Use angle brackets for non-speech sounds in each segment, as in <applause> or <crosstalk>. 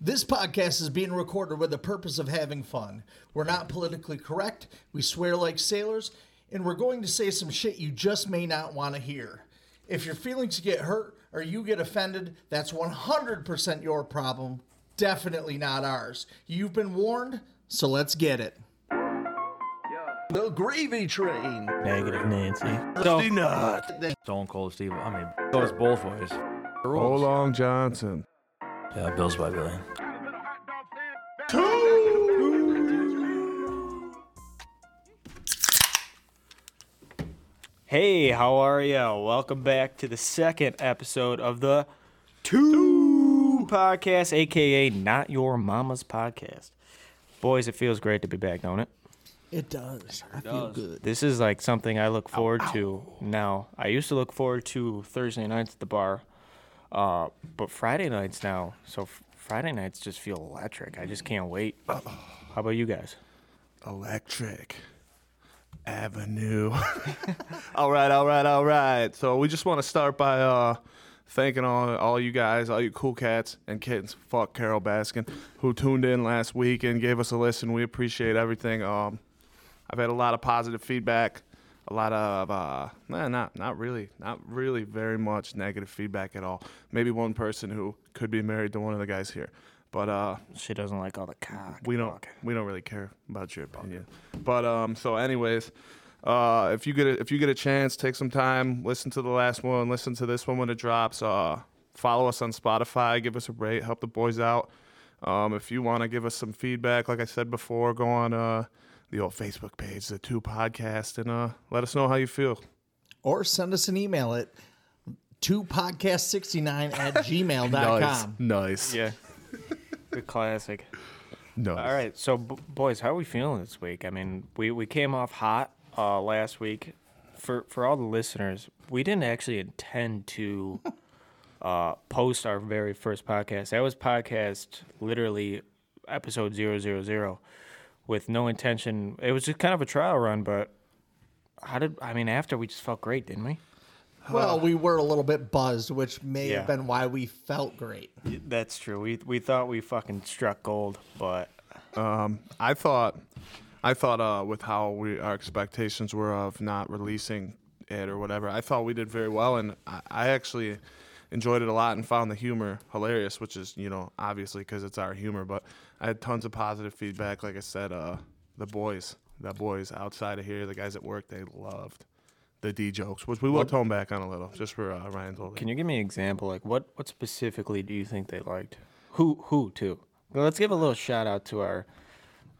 This podcast is being recorded with the purpose of having fun. We're not politically correct, we swear like sailors, and we're going to say some shit you just may not want to hear. If your feelings get hurt or you get offended, that's 100% your problem, definitely not ours. You've been warned, so let's get it. The gravy train. Negative Nancy. So, not. Stone Cold Steve. I mean, it goes both ways. So long, Johnson. Yeah, Bills by Billy. Hey, how are ya? Welcome back to the second episode of the Two Podcast, aka Not Your Mama's Podcast. Boys, it feels great to be back, don't it? It does. I feel good. This is like something I look forward to now. I used to look forward to Thursday nights at the bar, uh, but Friday nights now. So f- Friday nights just feel electric. I just can't wait. How about you guys? Electric Avenue. <laughs> all right, all right, all right. So we just want to start by uh, thanking all all you guys, all you cool cats and kittens. Fuck Carol Baskin, who tuned in last week and gave us a listen. We appreciate everything. Um, I've had a lot of positive feedback. A lot of uh, nah, not not really, not really very much negative feedback at all. Maybe one person who could be married to one of the guys here, but uh, She doesn't like all the cock. we don't we don't really care about your opinion. But um, so anyways, uh, if you get a, if you get a chance, take some time, listen to the last one, listen to this one when it drops. Uh, follow us on Spotify, give us a rate, help the boys out. Um, if you want to give us some feedback, like I said before, go on uh, the old Facebook page, the Two Podcast, and uh, let us know how you feel. Or send us an email at 2podcast69 at gmail.com. nice, Yeah. Good classic. nice. All right, so b- boys, how are we feeling this week? I mean, we, we came off hot uh, last week. For for all the listeners, we didn't actually intend to <laughs> uh, post our very first podcast. That was podcast literally episode 000 with no intention. It was just kind of a trial run, but how did I mean? After we just felt great, didn't we? Well, we were a little bit buzzed, which may have Uh, Yeah. been why we felt great. That's true. We we thought we fucking struck gold, but I thought, I thought uh, with how we our expectations were of not releasing it or whatever, I thought we did very well, and I, I actually enjoyed it a lot and found the humor hilarious, which is you know obviously because it's our humor. But I had tons of positive feedback. Like I said, uh, the boys, the boys outside of here, the guys at work, they loved the D jokes, which we will tone back on a little just for uh, Ryan's old. Can you give me an example? Like what what specifically do you think they liked? Who who too? Well, let's give a little shout out to our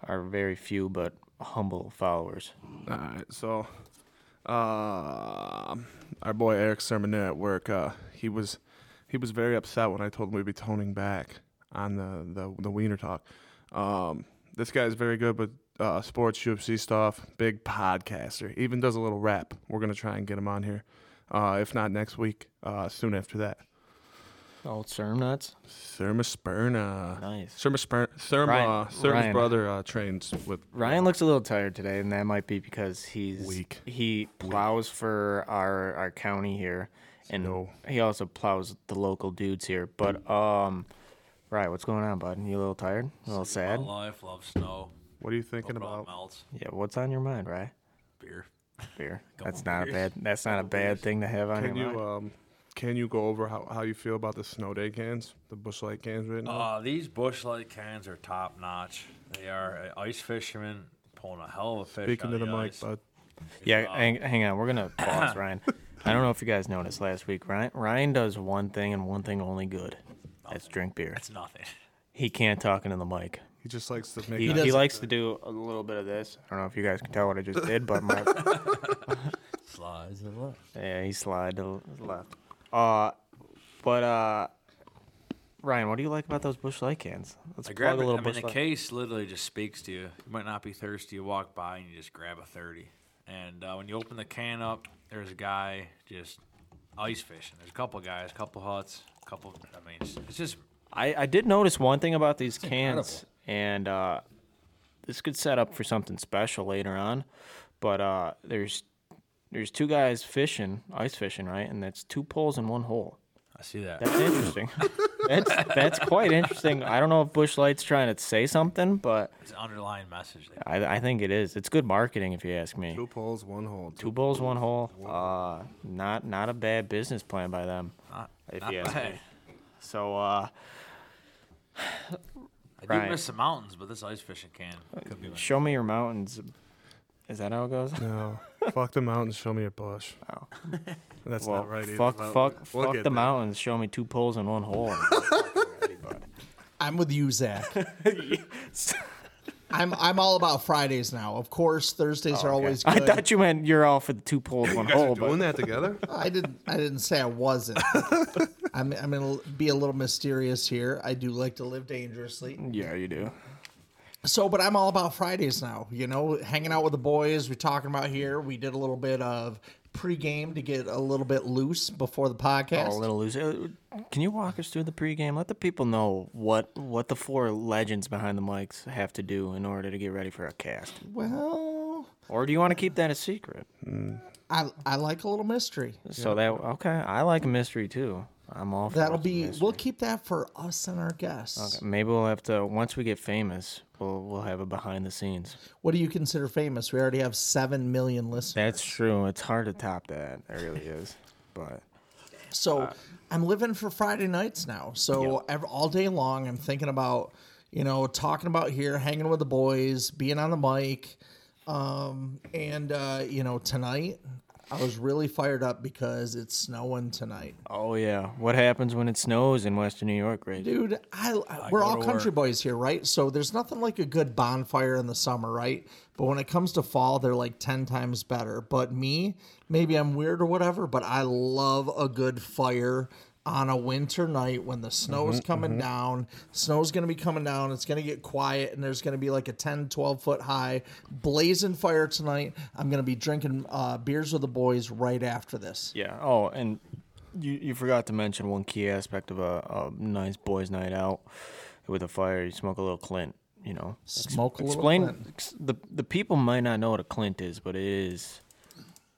our very few but humble followers. All right, so um our boy Eric Sermonet at work, uh, he was he was very upset when I told him we'd be toning back on the the, the wiener talk. Um, this guy is very good with uh, sports, UFC stuff, big podcaster, even does a little rap. We're gonna try and get him on here, uh, if not next week, uh, soon after that. Oh, Serm nuts. Serma Sperna, Nice. Serma Sperna, Serma, Ryan- Serma's Ryan. brother uh, trains with Ryan looks a little tired today, and that might be because he's Weak. He plows for our our county here, and No. he also plows the local dudes here. But um, right, what's going on, bud? You a little tired? A little sad? Life, love snow. What are you thinking About about? melts, Yeah. What's on your mind, right? beer. Beer. Couple that's not a beers. bad. That's not a bad thing to have on Can your mind. you um, can you go over how, how you feel about the snow day cans, the bushlight cans right now? Uh, these bushlight cans are top notch. They are uh, ice fishermen pulling a hell of a fish. Speaking out of to the mic, ice. bud. Yeah, hang, hang on. We're gonna pause, Ryan. I don't know if you guys noticed last week. Ryan Ryan does one thing and one thing only good. That's drink beer. It's nothing. He can't talk into the mic. He just likes to make. He, that- he likes to do a little bit of this. I don't know if you guys can tell what I just did, but my Slides of left. yeah, he slid to the left. Uh, but uh, Ryan, what do you like about those Bush Light cans? Let's I plug grab a it. little I mean, Bush the Light. case literally just speaks to you. You might not be thirsty. You walk by and you just grab a thirty. And uh, when you open the can up, there's a guy just ice fishing. There's a couple guys, couple huts, couple. I mean, it's, it's just I, I did notice one thing about these cans, and uh, this could set up for something special later on. But uh, there's there's two guys fishing, ice fishing, right? And that's two poles in one hole. I see that. That's interesting. That's that's quite interesting. I don't know if Bush Light's trying to say something, but It's an underlying message there. I, I think it is. It's good marketing, if you ask me. Two poles, one hole. Two. Two bowls, one hole. Uh, not not a bad business plan by them, Not- if not you ask bad. me. So uh, I do Right. Oh, miss the mountains, but this ice fishing can could be. my- show me your mountains. Is that how it goes? No. <laughs> fuck the mountains. Show me your bush. Wow. <laughs> That's well, not right. either, fuck, but fuck, we'll fuck get the there. mountains. Show me two poles and <laughs> one hole. I'm with you, Zach. <laughs> I'm I'm all about Fridays now. Of course, Thursdays are always <laughs> Oh, I good. thought you meant you're all for the two poles, <laughs> one hole, Oh, but Doing that together? <laughs> I didn't. I didn't say I <laughs> wasn't. I'm. I'm gonna be a little mysterious here. I do like to live dangerously. yeah, you do. So, but I'm all about Fridays now. You know, hanging out with the boys. We're talking about here. We did a little bit of pregame to get a little bit loose before the podcast. A little loose. Uh, Can you walk us through the pregame? Let the people know what what the four legends behind the mics have to do in order to get ready for a cast. well, Or do you want to keep that a secret? I I like a little mystery. So that okay, I like a mystery too. I'm all for That'll it. be. We'll keep that for us and our guests. Maybe we'll have to once we get famous, we'll we'll have a behind the scenes. What do you consider famous? We already have seven million listeners. That's true. It's hard to top that. It really is. But So I'm living for Friday nights now. So ev all day long, I'm thinking about, you know, talking about here, hanging with the boys, being on the mic. Um, and, uh, you know, tonight I was really fired up because it's snowing tonight. oh yeah, what happens when it snows in Western New York, right? Dude, I, we're all country boys here, right? So there's nothing like a good bonfire in the summer, right? But when it comes to fall, they're like 10 times better. But me, maybe I'm weird or whatever, but I love a good fire on a winter night when the snow's coming down. Snow's going to be coming down. It's going to get quiet and there's going to be like a 10, 12 foot high blazing fire tonight. I'm going to be drinking uh, beers with the boys right after this. Yeah. Oh, and you you forgot to mention one key aspect of a, a nice boys' night out with a fire. You smoke a little Clint. You know. Smoke a little Explain Clint. ex- the the people might not know what a Clint is, but it is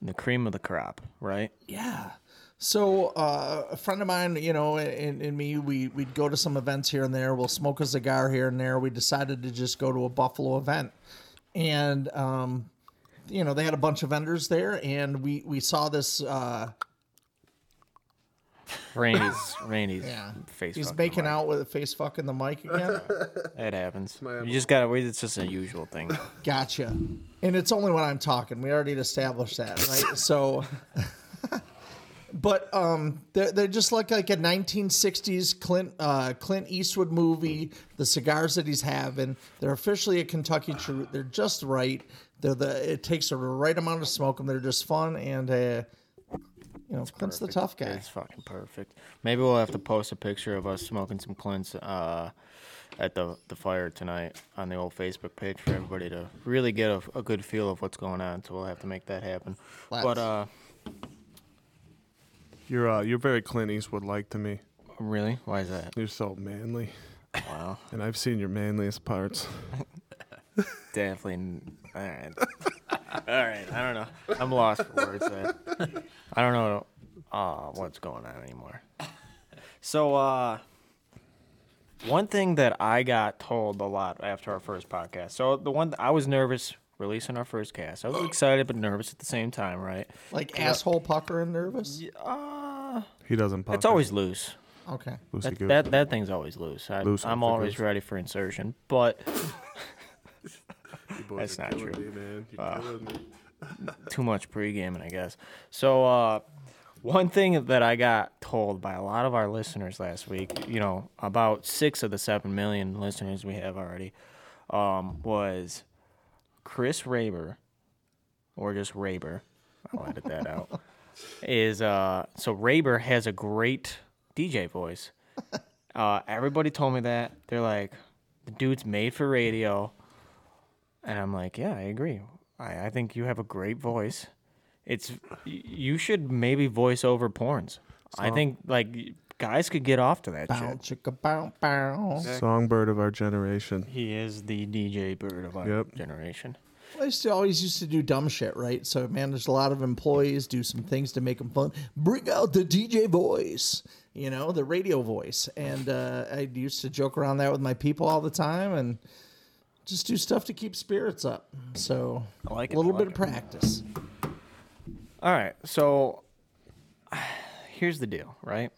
the cream of the crop, right? Yeah. So uh, a friend of mine, you know, and, and me, we we'd go to some events here and there. We'll smoke a cigar here and there. We decided to just go to a Buffalo event, and um, you know, they had a bunch of vendors there, and we we saw this. Uh, <laughs> Randy's Randy's yeah, face. He's fucking making hard. out with a face fucking the mic again. That happens. You just gotta wait. It's just a usual thing. Gotcha. And it's only when I'm talking. We already established that, right? so, <laughs> but um, they're, they're just like like a 1960s Clint uh, Clint Eastwood movie. The cigars that he's having, they're officially a Kentucky True. They're just right. They're the it takes the right amount of smoke, and they're just fun. And uh, you know, Clint's the tough guy. It's fucking perfect. Maybe we'll have to post a picture of us smoking some Clints uh, at the the fire tonight on the old Facebook page for everybody to really get a, a good feel of what's going on. So we'll have to make that happen. But Let's. uh, You're uh, you're very Clint Eastwood like to me. really, why is that? You're so manly, Wow, and I've seen your manliest parts. definitely. n- All <laughs> right, all right. I don't know. I'm lost for words. Man. <laughs> I don't know uh, what's going on anymore. So uh, one thing that I got told a lot after our first podcast. So the one I was nervous releasing our first cast. I was excited but nervous at the same time, right? Like asshole pucker and nervous. Uh, He doesn't. Pucker. it's always loose. Okay. Lucy That, that that thing's always loose. I, Loose I'm off the always goose. ready for insertion, but that's not true. too much pregaming, I guess. So, uh, one thing that I got told by a lot of our listeners last week, you know, about six of the seven million listeners we have already, um, was Chris Raber, or just Raber. I'll edit that <laughs> out. Is uh, so Raber has a great DJ voice. Uh, everybody told me that they're like, the dude's made for radio. And I'm like, yeah, I agree. I, I think you have a great voice. It's y- you should maybe voice over porns. I think like y- guys could get off to that Bow, shit. chicka, bow, bow. Songbird of our generation. He is the DJ bird of our Yep. generation. I used to always used to do dumb shit, right? So I managed a lot of employees, do some things to make them fun. Bring out the DJ voice, you know, the radio voice. And uh, I used to joke around that with my people all the time and just do stuff to keep spirits up. So I like a it, little I bit like of practice. All right. So <sighs> here's the deal, right?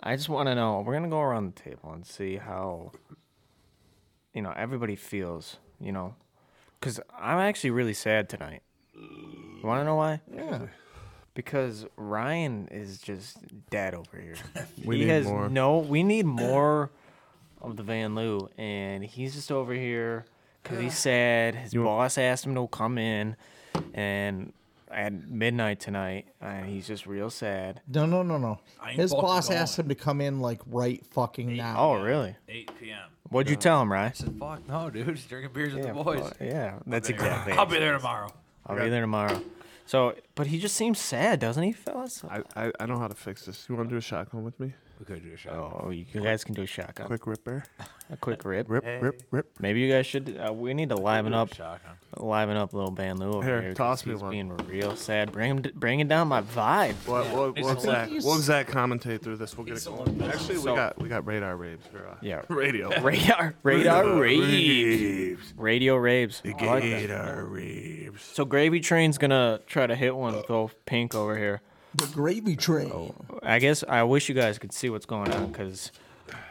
I just want to know. We're going to go around the table and see how, you know, everybody feels, you know, because I'm actually really sad tonight. You want to know why? Yeah. Because Ryan is just dead over here. <laughs> We he need has more. no. We need more of the Van Loo, and he's just over here because he's sad. His boss asked him to come in, and at midnight tonight, and he's just real sad. No, no, no, no. I ain't His fucking boss going. asked him to come in like right fucking now. Oh, really? 8 p.m. What'd you tell him, Ryan? I said, fuck no, dude. Just drinking beers with Yeah, the boys. well, yeah, that's There. exactly. I'll it. be there tomorrow. I'll be there tomorrow. So, but he just seems sad, doesn't he, fellas? I, I, I know how to fix this. You want to do a shotgun with me? We could do a shot. Oh, you guys can do a shotgun, Quick rip bear. a quick rip. Rip, rip, rip. Maybe you guys should. Uh, we need to liven up. Shotgun. liven up little Ban Lou over Here, here. toss 'cause me he's one. Being real sad, bring him, bringing down my vibe. What, what, it's what, a Zach, lot. what was Zach commentate through this? We'll get it going. Actually, we So- got we got radar raves. Or, uh, <laughs> Yeah. radio. <laughs> Radar, radar raves, radio raves. I like that. Radar raves. So Gravy Train's gonna try to hit one with old Pink over here. The gravy train. I guess I wish you guys could see what's going on because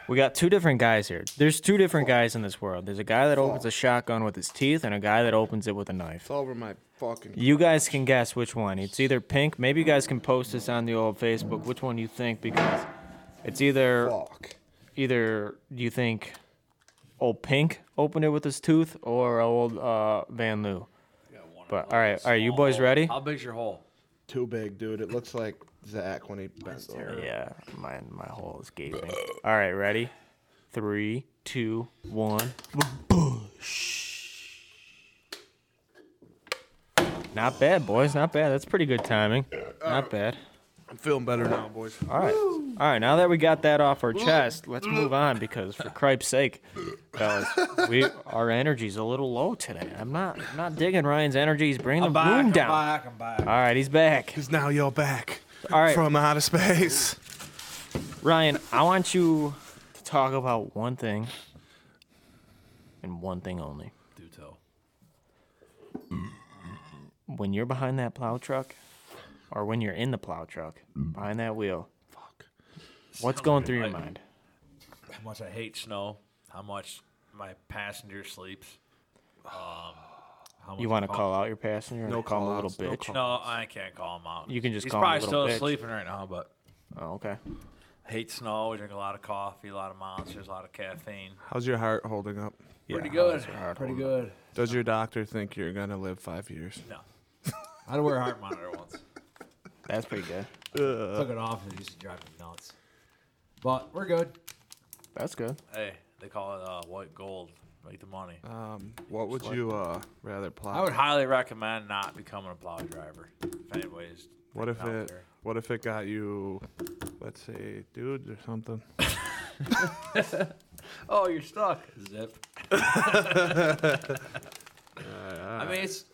we got two different guys here. There's two different guys in this world. There's a guy that opens a shotgun with his teeth and a guy that opens it with a knife. It's over my fucking. You guys can guess which one. It's either pink. Maybe you guys can post this on the old Facebook. Which one you think? Because it's either Fuck. either you think old Pink opened it with his tooth or old uh, Van Loo. But all right, are you boys ready? How big's your hole? Too big, dude. It looks like Zach when he bends over. Yeah, my my hole is gaping. All right, ready? Three, two, one. Bush. Not bad, boys. Not bad. That's pretty good timing. Not bad. I'm feeling better now, boys. All right. All right. Now that we got that off our chest, let's move on because, for cripe's sake, fellas, <laughs> we our energy's a little low today. I'm not I'm not digging Ryan's energy. He's bringing the room down. back. I'm back. All right, he's back. Cause now you're back All right. from outer space. Ryan, I want you to talk about one thing and one thing only. Do tell. When you're behind that plow truck, or when you're in the plow truck, behind that wheel, what's going through your Like, mind? How much I hate snow. How much my passenger sleeps. Um, how much You want to I- call out your passenger? No call, him a little call-outs, no bitch. No, I can't call him out. You can just He's call him a probably little still bitch. sleeping right now, but Oh, okay. hate snow. We drink a lot of coffee, a lot of monsters, a lot of caffeine. How's your heart holding up? Pretty Yeah, good. how's your heart Pretty holding good. Does your doctor think you're gonna live five years? No. <laughs> I had to wear a heart monitor once. That's pretty good. Took it off and it used to drive me nuts. But we're good. That's good. Hey, they call it uh, white gold. Make the money. Um, what would you uh rather plot? I would highly recommend not becoming a plow driver. If anybody's What if out it? there. What if it got you, let's say, dudes or something? Oh, you're stuck. Zip. <laughs> I mean, it's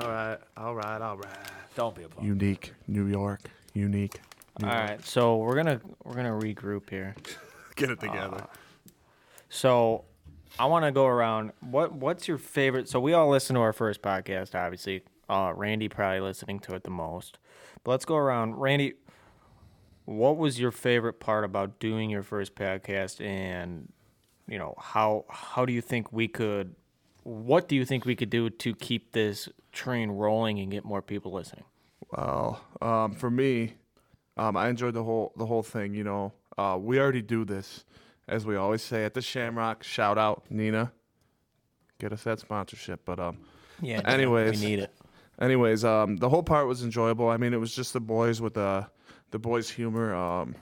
All right, all right, all right. don't be a plow. Unique, New York, unique. All right, so we're gonna we're gonna regroup here. <laughs> Get it together. So I want to go around. What What's your favorite? So we all listen to our first podcast, obviously. Uh, Randy probably listening to it the most. But let's go around. Randy, what was your favorite part about doing your first podcast, and you know how how do you think we could? What do you think we could do to keep this train rolling and get more people listening? Well, um, for me, um, I enjoyed the whole the whole thing. You know, uh, we already do this, as we always say at the Shamrock. Shout out Nina, get us that sponsorship. But um, Yeah. Anyways. we need it. anyways, um, the whole part was enjoyable. I mean, it was just the boys with the the boys' humor. Um,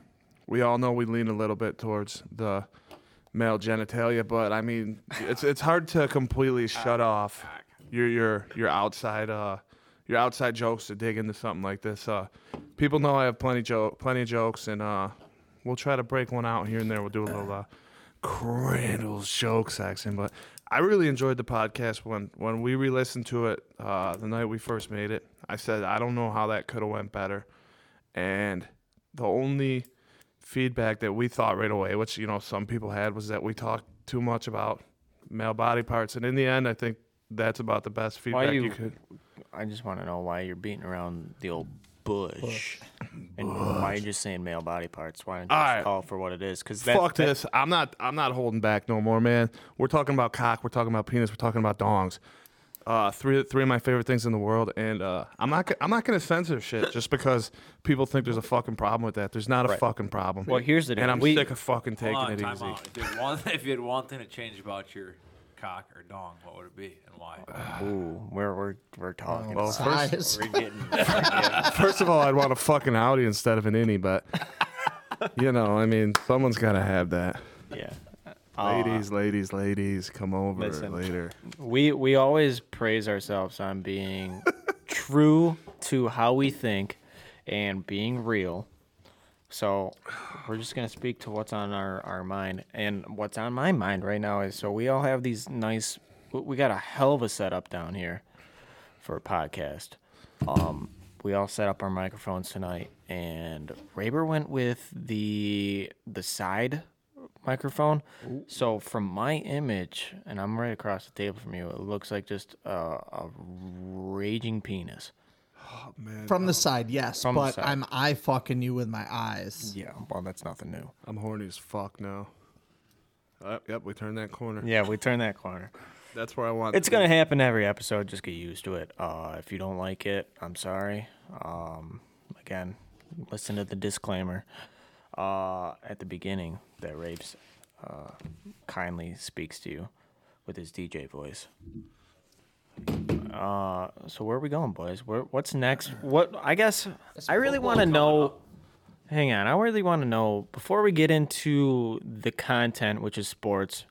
we all know we lean a little bit towards the male genitalia, but I mean, it's it's hard to completely shut off your your your outside uh your outside jokes to dig into something like this. Uh, people know I have plenty joke plenty of jokes, and uh, we'll try to break one out here and there. We'll do a little uh, Crandall's joke section, but I really enjoyed the podcast when when we re-listened to it uh, the night we first made it. I said I don't know how that could have went better, and the only feedback that we thought right away, which you know some people had, was that we talked too much about male body parts, and in the end, I think that's about the best Why feedback you, you- could. I just want to know why you're beating around the old bush. And why are you just saying male body parts? Why don't you All just right. call for what it is? Because that's Fuck this! I'm not. I'm not holding back no more, man. We're talking about cock. We're talking about penis. We're talking about dongs. Uh, three three of my favorite things in the world, and uh, I'm not. go- I'm not gonna censor shit just because people think there's a fucking problem with that. There's not a fucking problem. Well, here's the and deal. I'm We- sick of fucking taking Hold on, it time easy. out. If you, had one, <laughs> if you had one thing to change about your cock or dong, what would it be and why? Uh, Ooh, we're we're we're talking. Well, first, Size. we're getting first of all, I'd want a fucking Audi instead of an innie, but you know, I mean, someone's gotta have that. yeah. ladies, ladies, ladies, come over Uh, Listen. later. We we always praise ourselves on being true to how we think and being real. So we're just gonna speak to what's on our, our mind and what's on my mind right now is so we all have these nice we- we got a hell of a setup down here for a podcast. Um we all set up our microphones tonight and Raber went with the the side microphone. So from my image, and I'm right across the table from you, it looks like just a, a raging penis. From the side, yes, From the but side. I'm eye fucking you with my eyes. Yeah, well, that's nothing new. I'm horny as fuck now. Uh, yep, we turned that corner. Yeah, we turned that corner. That's where I want. It's gonna happen every episode. Just get used to it. Uh, if you don't like it, I'm sorry. Um, again, listen to the disclaimer uh, at the beginning that rapes uh, kindly speaks to you with his DJ voice. Uh, so where are we going, boys? Where, what's next? What I guess I really want to know. Hang on, I really want to know before we get into the content, which is sports.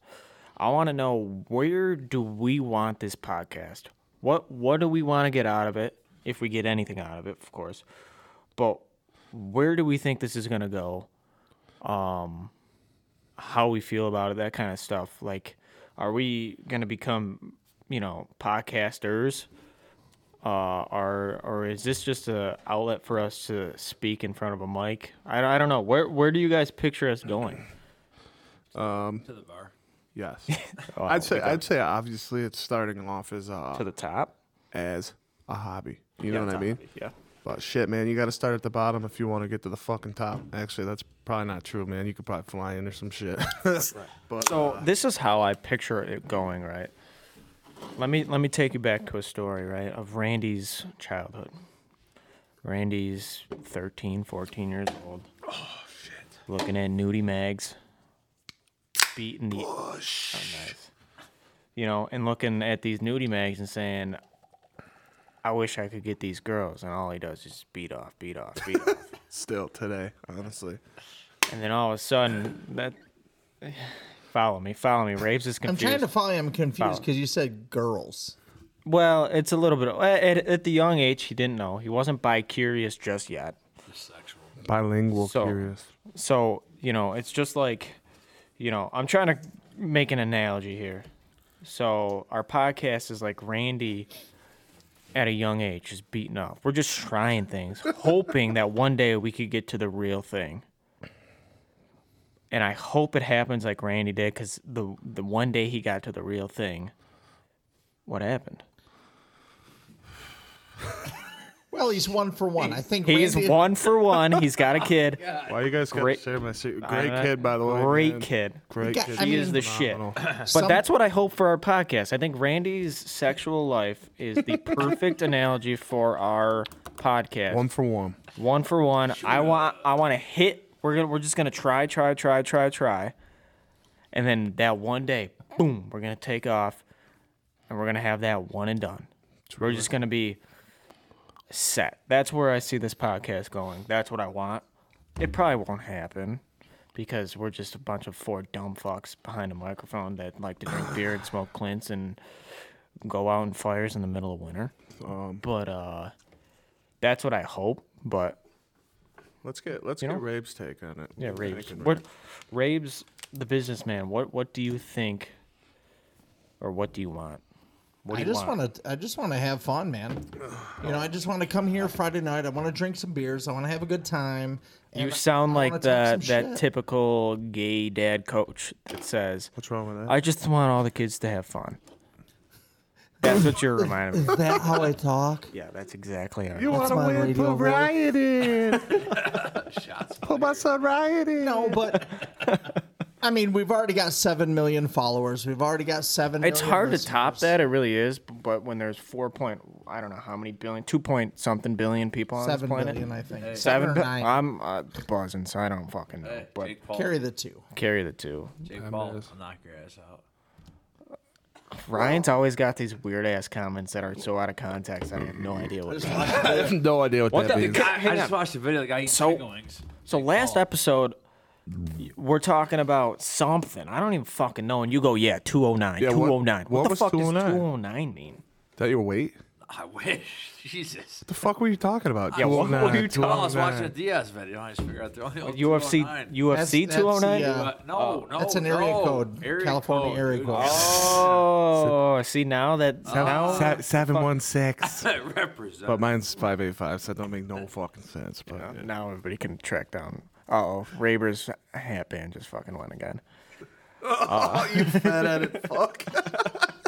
I want to know where do we want this podcast? What what do we want to get out of it? If we get anything out of it, of course. But where do we think this is going to go? Um how we feel about it, that kind of stuff. Like are we going to become, you know, podcasters? Uh, or or is this just a outlet for us to speak in front of a mic? I, I don't know. Where where do you guys picture us going? To the bar. <laughs> Yes, Oh, I'd say I'd say obviously it's starting off as uh, To the top? as a hobby. You know what I mean? Yeah. But shit, man, you got to start at the bottom if you want to get to the fucking top. Actually, that's probably not true, man. You could probably fly in or some shit. But So this is how I picture it going, right? Let me let me take you back to a story, right, of Randy's childhood. Randy's 13, 14 years old. Oh shit. Looking at nudie mags. Beating the oh, nice. You know, and looking at these nudie mags and saying, I wish I could get these girls and all he does is just beat off, beat off, beat <laughs> off. <laughs> still today, honestly, and then all of a sudden that <sighs> follow me, follow me. Raves is I'm confused. Oh. trying to follow. you, I'm confused Follow. because you said girls. Well, it's a little bit. At, at the young age, he didn't know. He wasn't bi curious just yet. Just <laughs> sexual. bilingual, So- curious. So, you know, it's just like, you know, I'm trying to make an analogy here. So, our podcast is like Randy at a young age, just beaten up. We're just trying things, <laughs> hoping that one day we could get to the real thing. And I hope it happens like Randy did, because the, the one day he got to the real thing, what happened? Well, he's one for one. I think He's Randy- one for one. <laughs> He's got a kid. Why you guys got to Great- share my secret? I uh, Great don't know. kid, by the way. Great man. kid. Great Yeah, kid. I He is mean- the shit. Phenomenal. But Some- that's what I hope for our podcast. I think Randy's sexual life is <laughs> the perfect analogy for <laughs> our One podcast. One, for one. for one. I want. I want to hit. We're gonna. We're just gonna try, try, try, try, try, and then that one day, boom, we're gonna take off, and we're gonna have that one and done. We're just gonna be set. That's where I see this podcast going. That's what I want. It probably won't happen because we're just a bunch of four dumb fucks behind a microphone that like to drink beer and smoke clints and go out in fires in the middle of winter. but uh, that's what I hope. But Let's get let's You get know? Rabe's take on it. yeah, I Rabes. can- What, Rabes, the businessman. What what do you think, or what do you want? What do I you just want? want to. I just want to have fun, man. You know, I just want to come here Friday night. I want to drink some beers. I want to have a good time. You and sound I wanna like talk that some that shit. typical gay dad coach that says, What's wrong with that? "I just want all the kids to have fun." That's what you're reminding <laughs> me. Is that how I talk? Yeah, that's exactly how. you You want to my win? radio Put voice. Riot in. <laughs> Put my son Riot in. No, <laughs> but I mean, we've already got seven million followers. We've already got seven. it's million hard to top listeners. that. It really is. b- But when there's four point, I don't know how many billion, two point something billion people on Seven this planet. million, I think. Seven, Seven. or bi- nine. I'm uh, buzzing, so I don't fucking know. Hey, but Jake Paul. Carry the two. carry the two. Jake Paul, will knock your ass out. Ryan's always got these weird ass comments that are so out of context. I have no Mm-hmm. idea <laughs> what. I have no idea what, that means. I, I just watched a video. Like, I eat So- chicken wings. So last episode, we're talking about something. I don't even fucking know. And you go, yeah, 209, Yeah, what- 209. What, what the was fuck 209? does 209 mean? that your weight? I wish. <laughs> Jesus. The fuck were you talking about? Yeah, What what were are you talking? I was watching a Diaz video. I just figured out the only Oh, UFC, 209. UFC That's- that's the, 209? uh, Uh, no, no, That's an area no. code. California area dude. code. <laughs> oh, see, now that. now, Seven <laughs> one six. <laughs> That represents. But mine's five eight five, so that don't make no fucking sense. But yeah. now everybody can track down. Uh oh, Raber's hatband just fucking <laughs> went again. fat at it, fuck. <laughs>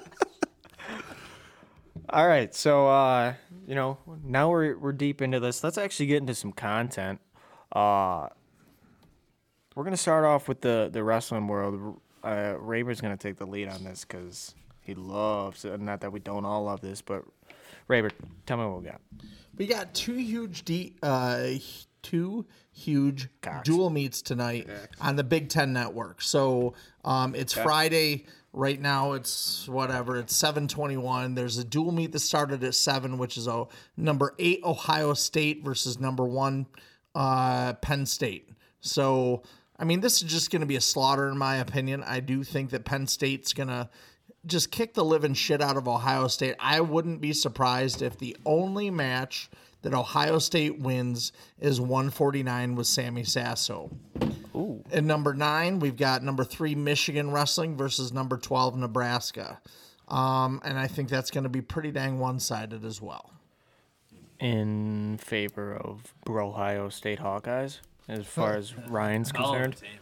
All right, so uh, you know, now we're we're deep into this. Let's actually get into some content. Uh, we're gonna start off with the the wrestling world. Uh, Raber's gonna take the lead on this because he loves. uh, Not that we don't all love this, but Raber, tell me what we got. We got two huge de- uh, two huge dual meets tonight on the Big Ten Network. So um, it's Friday right now. It's whatever. It's seven twenty one. There's a dual meet that started at seven, which is oh, number eight Ohio State versus number one uh, Penn State. So I mean, this is just going to be a slaughter, in my opinion. I do think that Penn State's going to just kick the living shit out of Ohio State. I wouldn't be surprised if the only match that Ohio State wins is 149 with Sammy Sasso. Ooh. And number nine, we've got number three Michigan wrestling versus number 12 Nebraska. Um, and I think that's going to be pretty dang one sided as well. In favor of Ohio State Hawkeyes, as far <laughs> as Ryan's Oh. all the concerned. team.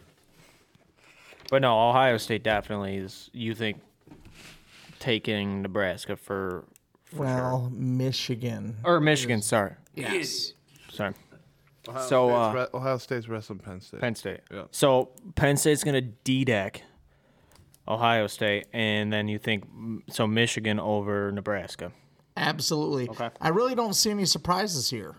But no, Ohio State definitely is. You think taking Nebraska for, for sure. Well, Michigan. or Michigan? Sorry, Yes. sorry. so uh, Re- Ohio State's wrestling Penn State. Penn State. Yeah. So Penn State's gonna D deck Ohio State, and then you think mm, so Michigan over Nebraska. Absolutely. Okay. I really don't see any surprises here.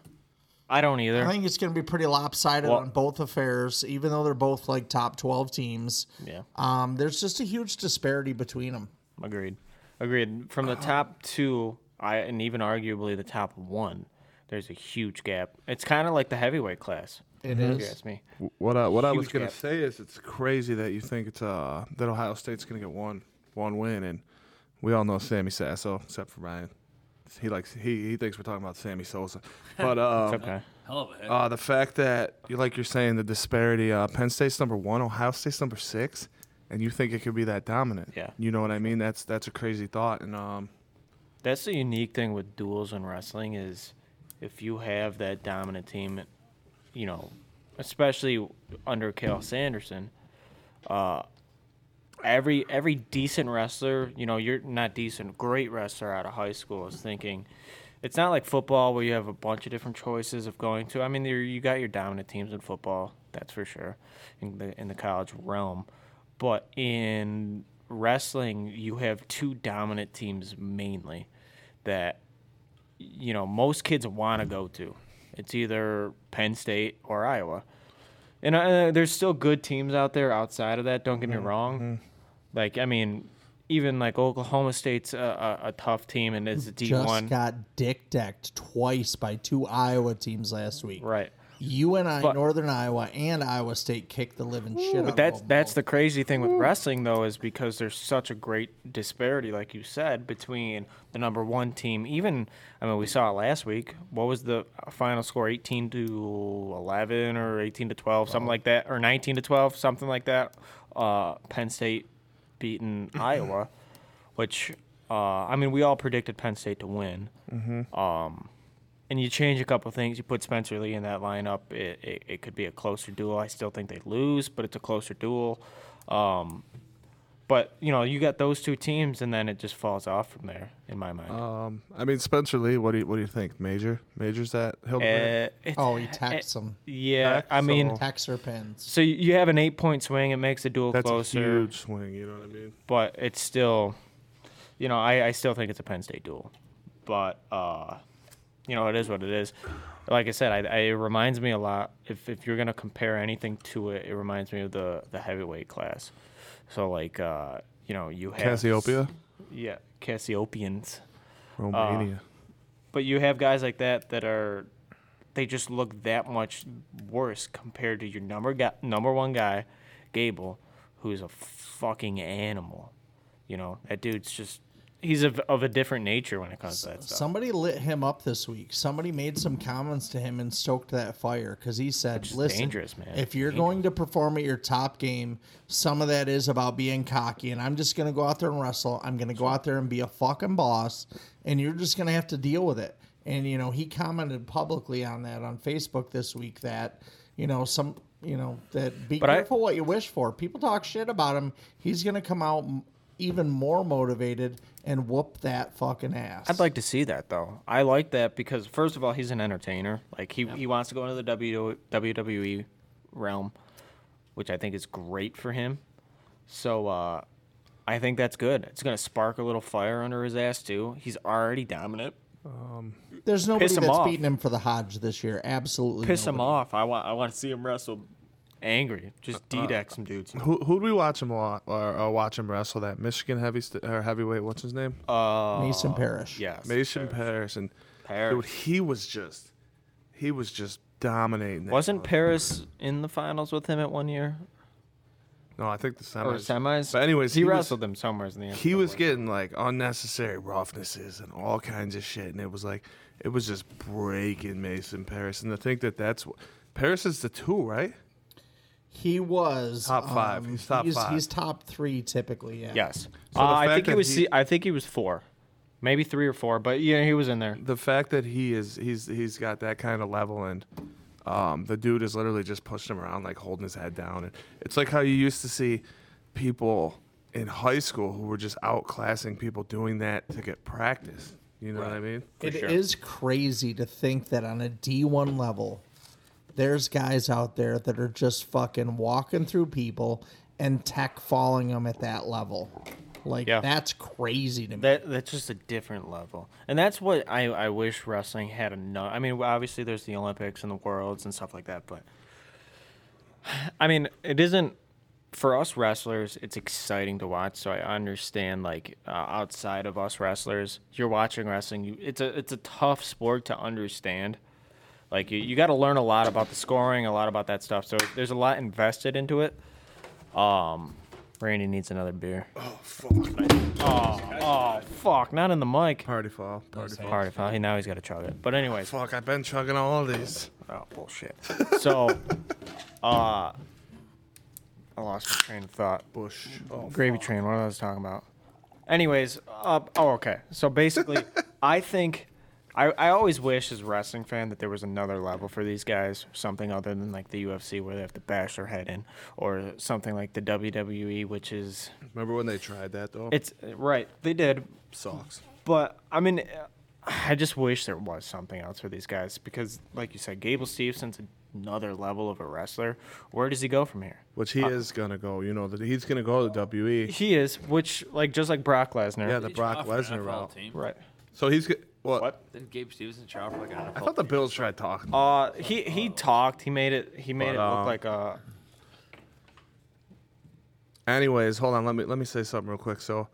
I don't I either. think it's going to be pretty lopsided Well- on both affairs, even though they're both like top 12 teams. Yeah, Um, there's just a huge disparity between them. agreed. Agreed. From the top two, I and even arguably the top one, there's a huge gap. It's kind of like the heavyweight class. It If you is. ask me. What I, what I was Huge gonna gap. say is it's crazy that you think it's uh that Ohio State's gonna get one one win, and we all know Sammy Sasso, except for Ryan. He likes he, he thinks we're talking about Sammy Sosa, <laughs> but uh, Okay. Hell of a hit. uh the fact that you like you're saying the disparity, uh, Penn State's number one, Ohio State's number six, and you think it could be that dominant. Yeah. you know what I mean. That's that's a crazy thought, and um That's the unique thing with duels and wrestling is if you have that dominant team, you know, especially under Kyle Sanderson, uh, every every decent wrestler, you know, you're not decent, great wrestler out of high school is thinking. It's not like football where you have a bunch of different choices of going to. I mean, there- you got your dominant teams in football, that's for sure, in the in the college realm. But in wrestling, you have two dominant teams mainly that you know most kids want to go to. It's either Penn State or Iowa, and uh, there's still good teams out there outside of that. Don't get me wrong. Like I mean, even like Oklahoma State's a, a, a tough team, and it's a D Just one, got dick decked twice by two Iowa teams last week. right? You and I, But- Northern Iowa and Iowa State kicked the living shit out But that's of them. that's the crazy thing with wrestling though is because there's such a great disparity, like you said, between the number one team. Even I mean, we saw it last week. What was the final score? 18 to 11 or 18 to 12, something like that, or 19 to 12, something like that. Uh, Penn State beaten Iowa, which Uh, I mean, we all predicted Penn State to win. Mm-hmm. Um, and you change a couple things. You put Spencer Lee in that lineup. It, it, it could be a closer duel. I still think they lose, but it's a closer duel. Um, but you know, you got those two teams, and then it just falls off from there, in my mind. Uh, I mean, Spencer Lee. What do you what do you think? Major? Major's that? He'll Uh, it's- Oh, he texts him. yeah, I Axel. mean, Texts or pins. so you- you have an eight-point swing. It makes the duel that's closer. a huge swing. You know what I mean? but it's still, you know, I, I still think it's a Penn State duel. But, uh, you know, it is what it is. Like I said, I, I, it reminds me a lot. If, if you're going to compare anything to it, it reminds me of the, the heavyweight class. So, like, uh, you know, you have. Uh, Cassiopeia, Yeah, Cassiopeans. Romania. But you have guys like that that are. They just look that much worse compared to your number guy, number one guy, Gable, who's a fucking animal. You know that dude's just. He's of, of a different nature when it comes to that stuff. Somebody lit him up this week. Somebody made some comments to him and stoked that fire because he said, is "Listen, dangerous, man. if you're going to perform at your top game, some of that is about being cocky, and I'm just going to go out there and wrestle. I'm going to go out there and be a fucking boss, and you're just going to have to deal with it." And you know, he commented publicly on that on Facebook this week that you know some you know that be But I- careful what you wish for. People talk shit about him. He's going to come out. m- Even more motivated and whoop that fucking ass. I'd like to see that though. I like that because first of all, he's an entertainer. Like he, he wants to go into the W WWE realm, which I think is great for him. So uh, I think that's good. It's gonna spark a little fire under his ass too. He's already dominant. There's nobody Piss him that's off. beating him for the Hodge this year. Absolutely. Piss him nobody. off. I want I want to see him wrestle angry. Just Uh, D deck some dudes. Who who'd we watch him wa- or uh, watch him wrestle? That Michigan heavy st- or heavyweight. What's his name? Uh, Mason Parrish. Yes. Mason Paris. And dude, Parrish. he was just he was just dominating. that Wasn't Paris in the finals with him at one year No, I think the semis. or semis? But anyways, he, he was- wrestled them somewhere in the end. He was getting like unnecessary roughnesses and all kinds of shit, and it was like it was just breaking Mason Paris. And to think that that's wh- Paris is the two, right? He was um, Top five. He's top he's, five. he's top three typically. Yeah. Yes. So the uh, I fact think he that was. he- se- I think he was four, maybe three or four. But yeah, he was in there. The fact that he is he's he's got that kind of level and. Um, the dude is literally just pushing him around, like holding his head down. And it's like how you used to see people in high school who were just outclassing people doing that to get practice. You know what I mean? It is crazy to think that on a D1 level, there's guys out there that are just fucking walking through people and tech falling them at that level. Like Yeah. that's crazy to me. That that's just a different level, and that's what I, I wish wrestling had another. I mean, obviously there's the Olympics and the Worlds and stuff like that, but <sighs> I mean, it isn't for us wrestlers. It's exciting to watch, so I understand. Like uh, outside of us wrestlers, you're watching wrestling. You, it's a it's a tough sport to understand. Like you, you got to learn a lot about the scoring, a lot about that stuff. So there's a lot invested into it. Um, Randy needs another beer. Oh fuck! Not in the mic. Party fall, party fall. Party foul. He now he's got to chug it. But anyways, Fuck, I've been chugging all of these. oh bullshit. So, uh, I lost my train of thought. Bush. Oh, Gravy train. What I was talking about. Anyways, uh, oh okay. So basically, I think I I always wish as a wrestling fan that there was another level for these guys, something other than like the UFC where they have to bash their head in, or something like the WWE, which is Remember when they tried that though? it's right. They did, sucks. But I mean, I just wish there was something else for these guys because, like you said, Gable Stevenson's another level of a wrestler. Where does he go from here? Which he is gonna go. You know that he's gonna go to WE. He is, which like just like Brock Lesnar. Yeah, the Did he try Brock for an Lesnar NFL route. Team? right. So he's go- what? Didn't Gabe Stevenson try for like an NFL? I thought the Bills tried talking. Uh, he he talked. He made it. He But, made it uh, look like a. Anyways, hold on. Let me let me say something real quick. So,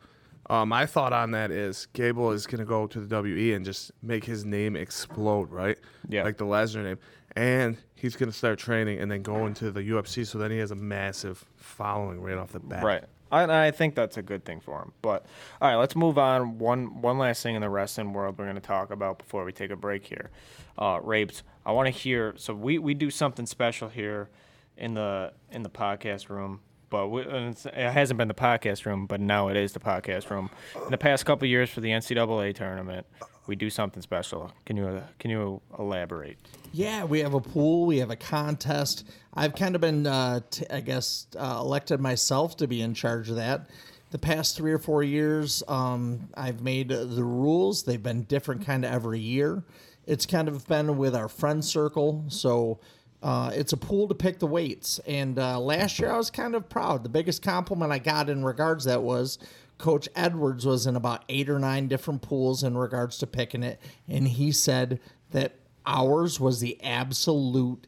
um, my thought on that is Gable is gonna go to the WE and just make his name explode, right? Yeah. Like the Lesnar name, and he's gonna start training and then go into the UFC. So then he has a massive following right off the bat. Right. I, I think that's a good thing for him. But all right, let's move on. One one last thing in the wrestling world we're going to talk about before we take a break here. Uh, rapes. I want to hear. So we, we do something special here in the in the podcast room but we, and it's, it hasn't been the podcast room, but now it is the podcast room. In the past couple years for the NCAA tournament, we do something special. Can you uh, can you elaborate? <laughs> Yeah, we have a pool. We have a contest. I've kind of been, uh, t- I guess, uh, elected myself to be in charge of that. The past three or four years, um, I've made uh, the rules. They've been different kind of every year. It's kind of been with our friend circle. So uh, it's a pool to pick the weights. And uh, last year, I was kind of proud. The biggest compliment I got in regards to that was Coach Edwards was in about eight or nine different pools in regards to picking it. And he said that ours was the absolute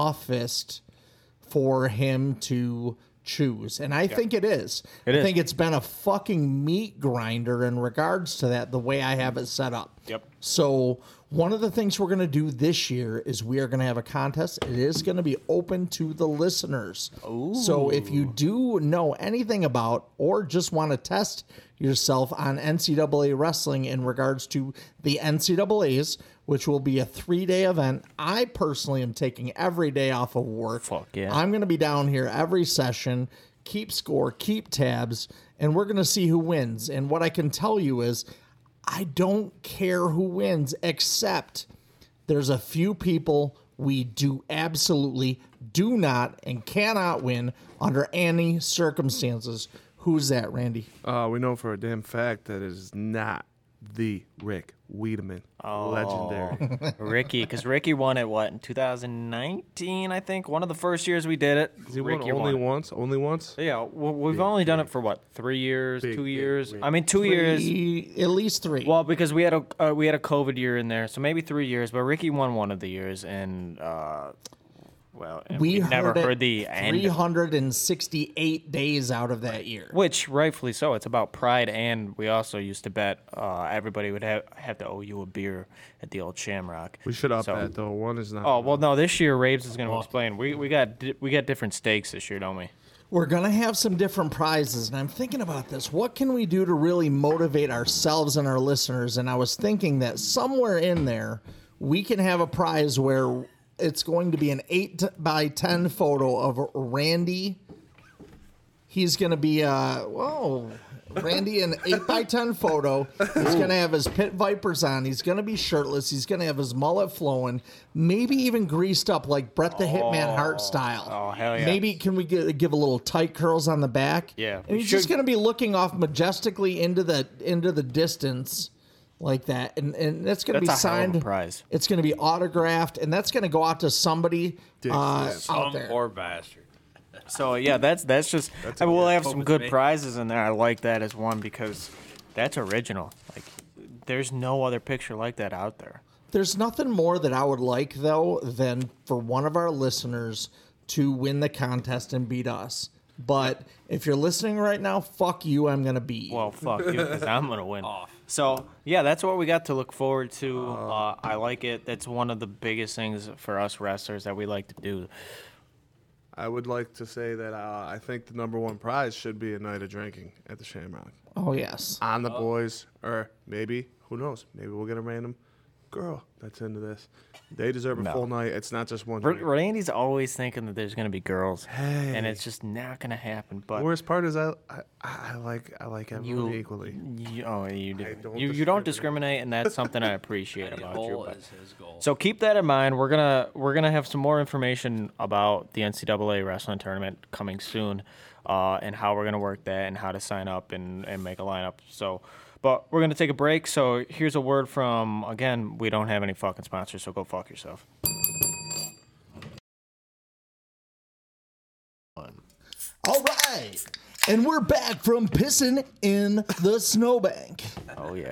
toughest for him to choose. And I think it is. I is. think it's been a fucking meat grinder in regards to that, the way I have it set up. Yep. So one of the things we're going to do this year is we are going to have a contest. It is going to be open to the listeners. So if you do know anything about or just want to test yourself on NCAA wrestling in regards to the NCAAs, which will be a three-day event, I personally am taking every day off of work. Fuck yeah. I'm going to be down here every session, keep score, keep tabs, and we're going to see who wins. And what I can tell you is I don't care who wins, except there's a few people we do absolutely do not and cannot win under any circumstances. Who's that, Randy? Oh, Uh, we know for a damn fact that it is not the Rick Wiedemann. Oh. Legendary. Ricky, because Ricky won it what in 2019, I think, one of the first years we did it. He won Ricky only won. once. Only once. Yeah, well, we've only done it for what three years, two big, years. big. I mean, two years. E- At least three. Well, because we had a uh, we had a COVID year in there, so maybe three years. But Ricky won one of the years, and uh, well, and we, never it heard the end. 368 days out of that year. Which rightfully so. It's about pride, and we also used to bet uh, everybody would have have to owe you a beer at the old Shamrock. We should up So- that though. One is not. Oh well, no. This year, Raves is going to explain. We we got di- we got different stakes this year, don't we? We're going to have some different prizes, and I'm thinking about this. What can we do to really motivate ourselves and our listeners? And I was thinking that somewhere in there, we can have a prize where it's going to be an 8 by 10 photo of Randy. He's going to be, uh, whoa. Randy in eight by ten photo. He's gonna have his pit vipers on. He's gonna be shirtless. He's gonna have his mullet flowing, maybe even greased up like Brett the Hitman Hart style. Oh, hell yeah. Maybe can we get, give a little tight curls on the back? Yeah, and we he's just should- gonna be looking off majestically into the into the distance like that, and and that's gonna That's be a hell of a signed. prize. It's gonna be autographed, and that's gonna go out to somebody uh, out Some there. poor bastard. So yeah, that's that's just. I mean, we'll have some Hope it's good me. prizes in there. I like that as one because that's original. Like, there's no other picture like that out there. There's nothing more that I would like though than for one of our listeners to win the contest and beat us. But if you're listening right now, fuck you, I'm gonna beat you. Well, fuck you, 'cause I'm gonna win. So yeah, that's what we got to look forward to. Uh, I like it. That's one of the biggest things for us wrestlers that we like to do. I would like to say that uh, I think the number one prize should be a night of drinking at the Shamrock oh yes. on the boys, or maybe who knows? Maybe we'll get a random girl that's into this. They deserve a No. full night. It's not just one. R- drink. Randy's always thinking that there's gonna be girls, and it's just not gonna happen. But Worst part is I, I I like I like everyone You- equally. You, oh, you do. don't you, you discriminate. don't discriminate, and that's something I appreciate about you. Goal but- is his goal. so keep that in mind. We're gonna we're gonna have some more information about the NCAA wrestling tournament coming soon, uh, and how we're gonna work that, and how to sign up and and make a lineup. So. But we're gonna take a break. So here's a word from again. We don't have any fucking sponsors, so go fuck yourself. All right. And we're back from pissing in the snowbank. Oh yeah.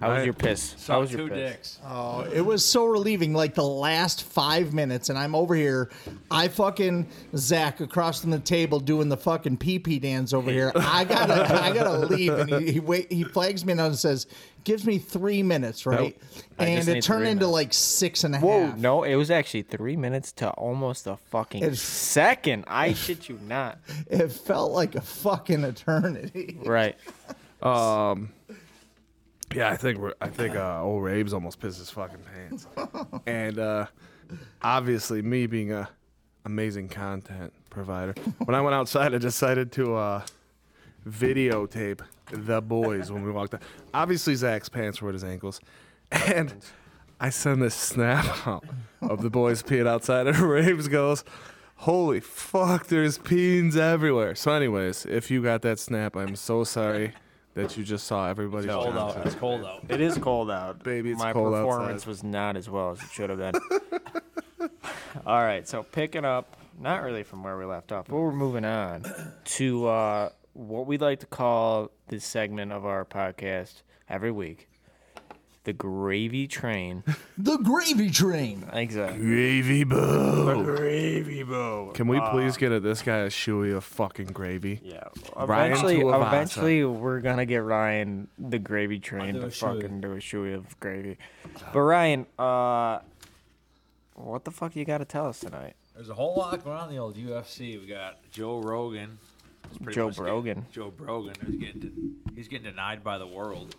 How was your piss? How was two your piss? dicks. Oh, it was so relieving. Like the last five minutes, and I'm over here. I fucking Zach across from the table doing the fucking pee pee dance over here. I gotta, I gotta leave. And he, he wait, he flags me and says, "Gives me three minutes, right?" I And just it need turned three into minutes. like six and a half. Whoa, no, it was actually three minutes to almost a fucking It's- second. I shit you <laughs> not. It felt like a fucking eternity. <laughs> Right. Um, Yeah, I think we're, I think uh, old Rabe's almost pissed his fucking pants. and uh, obviously, me being a amazing content provider. when I went outside, I decided to uh, videotape the boys when we walked out. Obviously, Zach's pants were at his ankles, and I send this snap out of the boys peeing outside, and <laughs> Raves goes. Holy fuck, there's peens everywhere. So, anyways, if you got that snap, I'm so sorry that you just saw everybody's Cold content. out. It's cold out. It is cold out. Baby, it's My cold performance outside. was not as well as it should have been. <laughs> All right, so picking up, not really from where we left off, but we're moving on to uh, what we like to call this segment of our podcast every week the gravy train. <laughs> The gravy train. Exactly. Gravy bow. Gravy boat. Can we please get at this guy a shoey of fucking gravy? Yeah. Ryan Eventually, Tuivasa. eventually we're gonna get Ryan the gravy train do to a shoey. fucking do a shoey of gravy. But Ryan, uh, what the fuck you gotta tell us tonight? There's a whole lot going on in the old UFC. We got Joe Rogan. It's pretty Joe much getting- Brogan. Joe Brogan is getting he's getting denied by the world.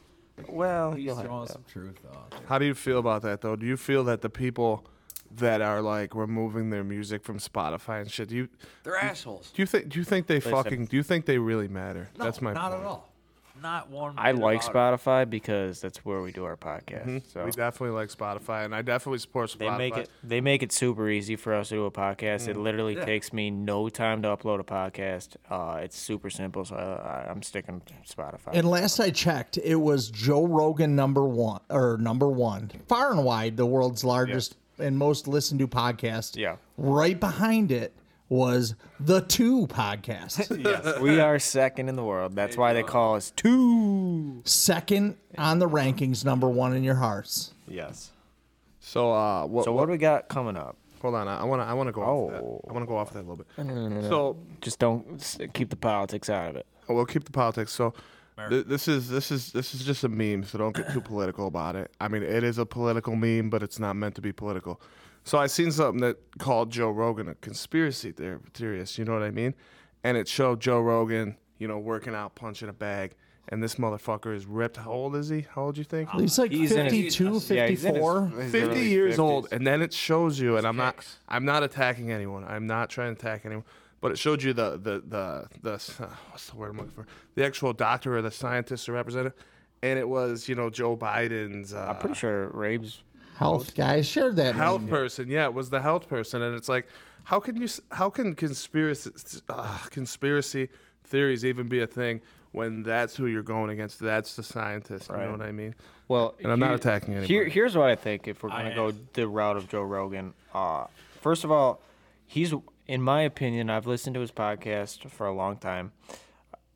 Well, He's you'll have throwing to- some truth out there. How do you feel about that though? Do you feel that the people that are like removing their music from Spotify and shit, do you They're assholes. do you think do you think they fucking do you think they really matter? No, That's my not point. at all. Not one. I bit like about Spotify because that's where we do our podcast. So We definitely like Spotify and I definitely support Spotify. they make it they make it super easy for us to do a podcast. It literally Yeah. takes me no time to upload a podcast. Uh, it's super simple, so uh, I, I- I'm sticking to Spotify. And uh, last I checked, it was Joe Rogan number one or number one, far and wide, the world's largest and most listened to podcast. Yeah. Right behind it was the Two <laughs> podcast, yes, we are second in the world. That's why they call us two. second on the rankings, number one in your hearts. Yes. So uh what, So what do we got coming up? hold on, I, I wanna I wanna go off that. Oh. I wanna go off that a little bit. So Just don't s- keep the politics out of it. Oh, we'll keep the politics. So th- this is this is this is just a meme, so don't get too political about it. I mean, it is a political meme, but it's not meant to be political. So I seen something that called Joe Rogan a conspiracy theor- theorist. You know what I mean? And it showed Joe Rogan, you know, working out, punching a bag, and this motherfucker is ripped. How old is he? How old do you think? He's like He's in his- 52, yeah, he's in his- 54. Fifty years 50s. old, and then it shows you, and I'm not, kicks. I'm not attacking anyone. I'm not trying to attack anyone, but it showed you the, the, the, the, what's the word I'm looking for? The actual doctor or the scientist or representative, and it was, you know, Joe Biden's uh, I'm pretty sure Rabe's. Health guy. Share that. health meme. person. Yeah, it was the health person, and it's like, how can you, s- how can conspiracy, uh, conspiracy theories even be a thing when that's who you're going against? That's the scientist. You know what I mean? Well, And I'm not attacking anybody. Here, here's what I think. If we're I gonna am. go the route of Joe Rogan, uh, first of all, he's, in my opinion, I've listened to his podcast for a long time.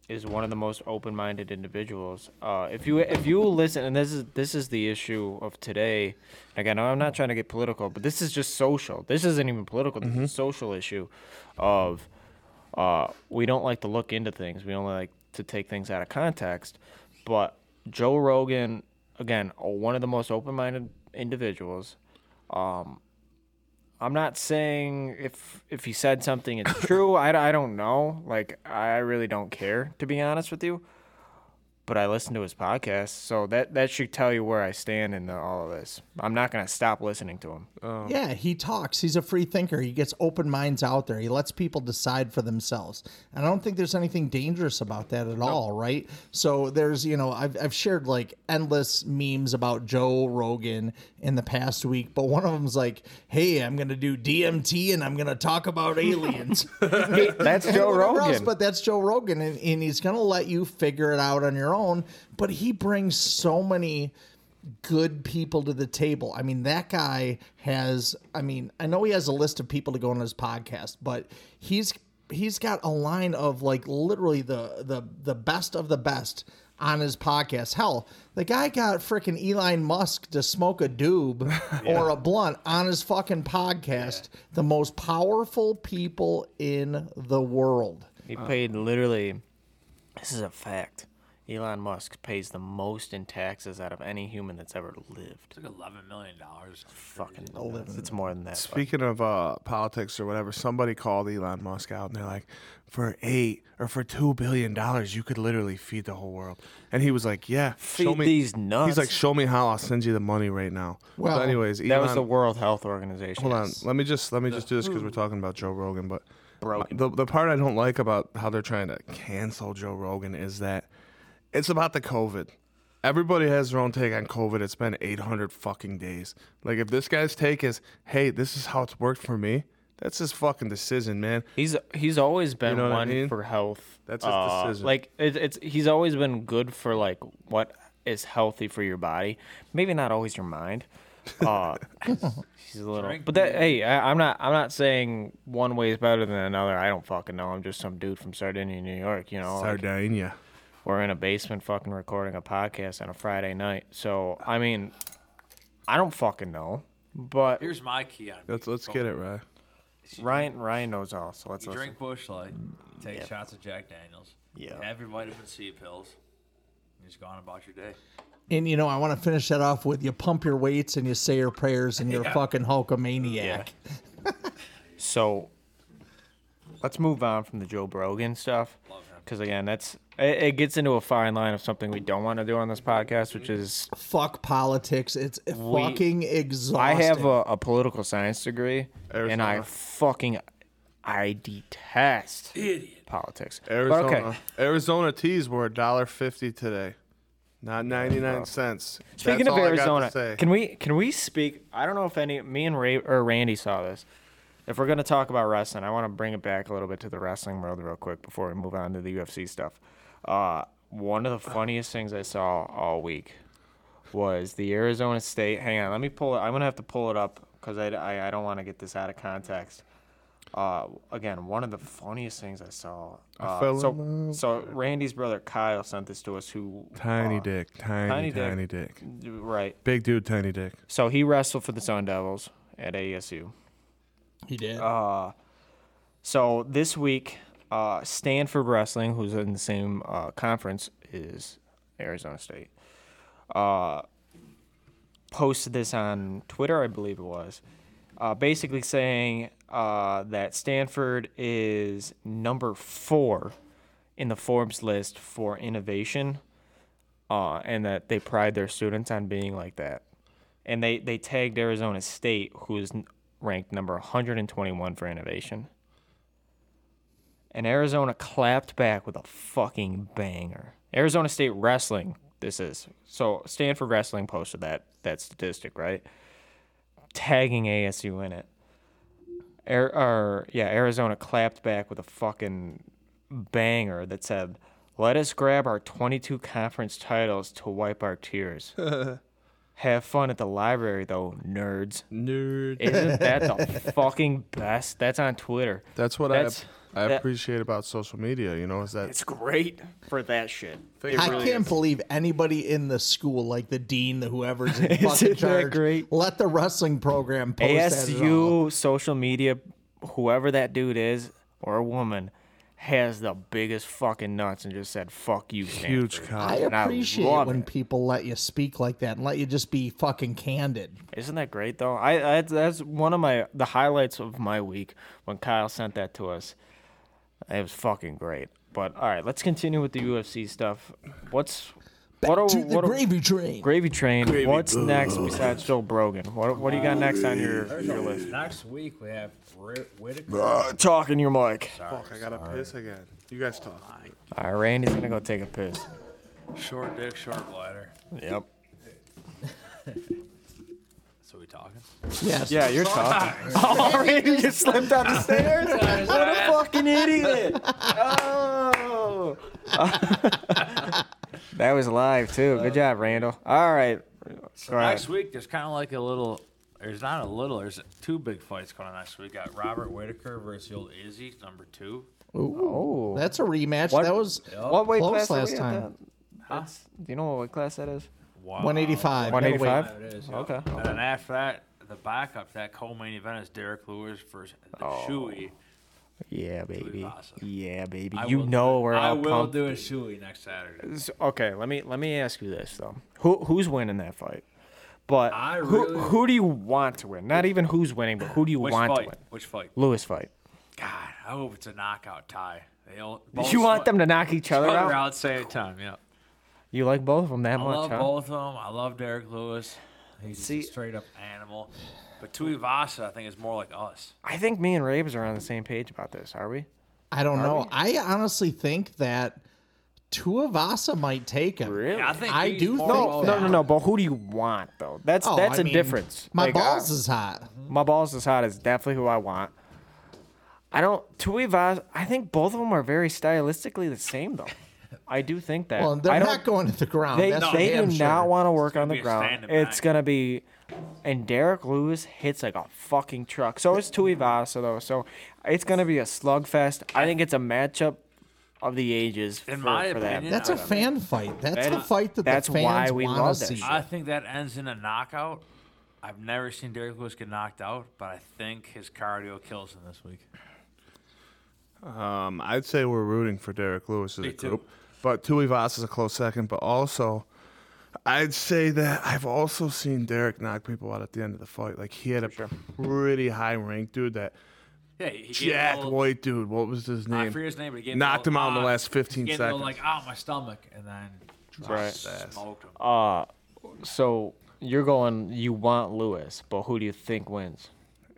Is one of the most open-minded individuals. Uh, if you if you listen, and this is this is the issue of today. Again, I'm not trying to get political, but this is just social. This isn't even political. This is a social issue of uh, we don't like to look into things. We only like to take things out of context. But Joe Rogan, again, one of the most open-minded individuals. Um, I'm not saying if if he said something it's <coughs> true. I, I don't know. Like I really don't care to be honest with you. But I listen to his podcast, so that that should tell you where I stand in the, all of this. I'm not gonna stop listening to him. Uh, Yeah, he talks. He's a free thinker. He gets open minds out there. He lets people decide for themselves. And I don't think there's anything dangerous about that at all, right? So there's, you know, I've, I've shared like endless memes about Joe Rogan in the past week, but one of them's like, hey, I'm going to do DMT and I'm going to talk <laughs> about aliens. That's And Joe whatever else, Rogan. but that's Joe Rogan, and, and he's going to let you figure it out on your own. But he brings so many good people to the table. I mean, that guy has. I mean, I know he has a list of people to go on his podcast, but he's he's got a line of like literally the the the best of the best on his podcast. Hell, the guy got freaking Elon Musk to smoke a doob or a blunt on his fucking podcast. The most powerful people in the world. uh. He paid literally. This is a fact. Elon Musk pays the most in taxes out of any human that's ever lived. It's like eleven million dollars. Fucking nuts. It's more than that. but- Speaking of uh, politics or whatever, somebody called Elon Musk out and they're like, for eight or for two billion dollars, you could literally feed the whole world. And he was like, Yeah, show Feed me these nuts. He's like, Show me how I'll send you the money right now. Well, so anyways, Elon, that was the World Health Organization. hold on. It's- Let me just let me just do this because we're talking about Joe Rogan. But Brogan. the the part I don't like about how they're trying to cancel Joe Rogan is that it's about the COVID. Everybody has their own take on COVID. It's been 800 fucking days. Like if this guy's take is, "Hey, this is how it's worked for me," that's his fucking decision, man. He's he's always been know what I one mean? for health. That's his uh, decision. Like it, it's he's always been good for like what is healthy for your body. Maybe not always your mind. Uh, <laughs> he's a little, but that hey, I, I'm not I'm not saying one way is better than another. I don't fucking know. I'm just some dude from Sardinia, New York. You know, like, Sardinia. we're in a basement fucking recording a podcast on a Friday night. So I mean, I don't fucking know. But Here's my key on. Let's let's get it right. Ryan Ryan knows all. So let's You listen. drink Bush Light, take shots of Jack Daniels, Yeah. have your vitamin C pills, and just go on about your day. And you know, I want to finish that off with you pump your weights and you say your prayers and you're a fucking Hulkamaniac. <laughs> So let's move on from the Joe Brogan stuff. Because again, that's it, it gets into a fine line of something we don't want to do on this podcast, which is Fuck politics. It's fucking exhausting. I have a, a political science degree, and I Arizona. fucking I detest politics. But Arizona. okay, Arizona teas were a dollar fifty today, not ninety nine cents. speaking That's of all I got to Arizona, say. can we can we speak? I don't know if any me and Ray or Randy saw this. If we're gonna talk about wrestling, I want to bring it back a little bit to the wrestling world real quick before we move on to the UFC stuff. Uh, one of the funniest things I saw all week was the Arizona State. Hang on, let me pull it. I'm gonna have to pull it up because I, I, I don't want to get this out of context. Uh, again, one of the funniest things I saw. Uh, fell in so love. so Randy's brother Kyle sent this to us. Who tiny uh, dick, tiny tiny tiny, dick. dick, right? big dude, tiny dick. So he wrestled for the Sun Devils at ASU. He did. uh, So this week, uh, Stanford Wrestling, who's in the same uh, conference, is Arizona State. Uh, posted this on Twitter, I believe it was, uh, basically saying uh, that Stanford is number four in the Forbes list for innovation, uh, and that they pride their students on being like that. And they, they tagged Arizona State, who's n- ranked number 121 for innovation. And Arizona clapped back with a fucking banger. Arizona State Wrestling, this is. So Stanford Wrestling posted that that statistic, right? Tagging ASU in it. Air, or, yeah, Arizona clapped back with a fucking banger that said, "Let us grab our 22 conference titles to wipe our tears." Have fun at the library though, nerds. Nerd. Isn't that the fucking best? That's on Twitter. That's what That's- I I that- appreciate about social media. You know, is that It's great for that shit. I can't believe anybody in the school, like the dean, the whoever's <laughs> in Isn't fucking that charge, great? let the wrestling program post that at all. ASU social media, whoever that dude is or a woman, has the biggest fucking nuts and just said "fuck you." huge Stanford." I cock? And I appreciate love when it. people let you speak like that and let you just be fucking candid. Isn't that great though? I, I that's one of my the highlights of my week when Kyle sent that to us. It was fucking great. But all right, let's continue with the UFC stuff. What's what are, to the what are- gravy train. Gravy Train. What's next besides Joe Brogan? What, what do you got next on your, your list? Next week we have Britt Whitaker. Talking Uh, your mic. Fuck, I gotta piss again. You guys talk. All right, Randy's gonna go take a piss. Short dick, short bladder. Yep. So we talking? yes. Yeah, you're talking. <laughs> Oh, Randy just slipped down the <laughs> stairs. What a fucking idiot! Oh. <laughs> that was live too. Good job, Randall. All right. So next week there's kind of like a little. There's not a little. There's two big fights going on next week. We got Robert Whitaker versus the old Izzy, number two. Oh. That's a rematch. What- That was What weight Close class are last we at time. that? That's- Do you know what weight class that is? Wow. 185. No, wait. 185? It is. Okay, And then Oh. after that, the backup, that co-main event is Derek Lewis versus the Chewy. Yeah, baby. Vasa. Yeah, baby. I you will do know it. where I I'll will pump- do a shoey next Saturday. So- Okay, let me let me ask you this though. Who who's winning that fight? But I who really- who do you want to win? Not even who's winning, but who do you Which want fight? to win? Which fight? Lewis fight. God, I hope it's a knockout tie. They all, both you want sm- them to knock each other out? other out same time. Yeah, You like both of them that I much, love huh? both of them. I love Derek Lewis. He's See- See, straight up. animal. But Tui Vasa, I think, is more like us. I think me and Raves are on the same page about this, are we? I don't know. I honestly think that Tuavasa might take him. Really? Yeah, I think I he's do more think of no, us. that. no, no, no. But who do you want though? That's Oh, that's I a mean, difference. My Like, balls uh, is hot. my balls is hot is definitely who I want. I don't. Tui Vaz, I think both of them are very stylistically the <laughs> same though. I do think that. Well, I they're don't, not going to the Oh, ground. They, That's they for do damn sure. not want to work on the be a ground. standing It's back. gonna be, and Derek Lewis hits like a fucking truck. So is Tui Vasa though. So it's gonna be a slugfest. I think it's a matchup of the ages. In for- my for that. opinion, That's a fan fight. That's That the is- fight that that's the why fans we want love to that see. shit. I think that ends in a knockout. I've never seen Derek Lewis get knocked out, but I think his cardio kills him this week. Um, I'd say we're rooting for Derek Lewis as Me a too. group, but Tui Voss is a close second. But also, I'd say that I've also seen Derek knock people out at the end of the fight. Like he had a pretty high ranked dude, that Yeah, he gave Jack a little- White dude. What was his I name? forget his name, but he gave Knocked a him little, out in the ah, last 15 he gave a little, seconds. like out my stomach, and then Right. smoked him. Um, So you're going. You want Lewis, but who do you think wins?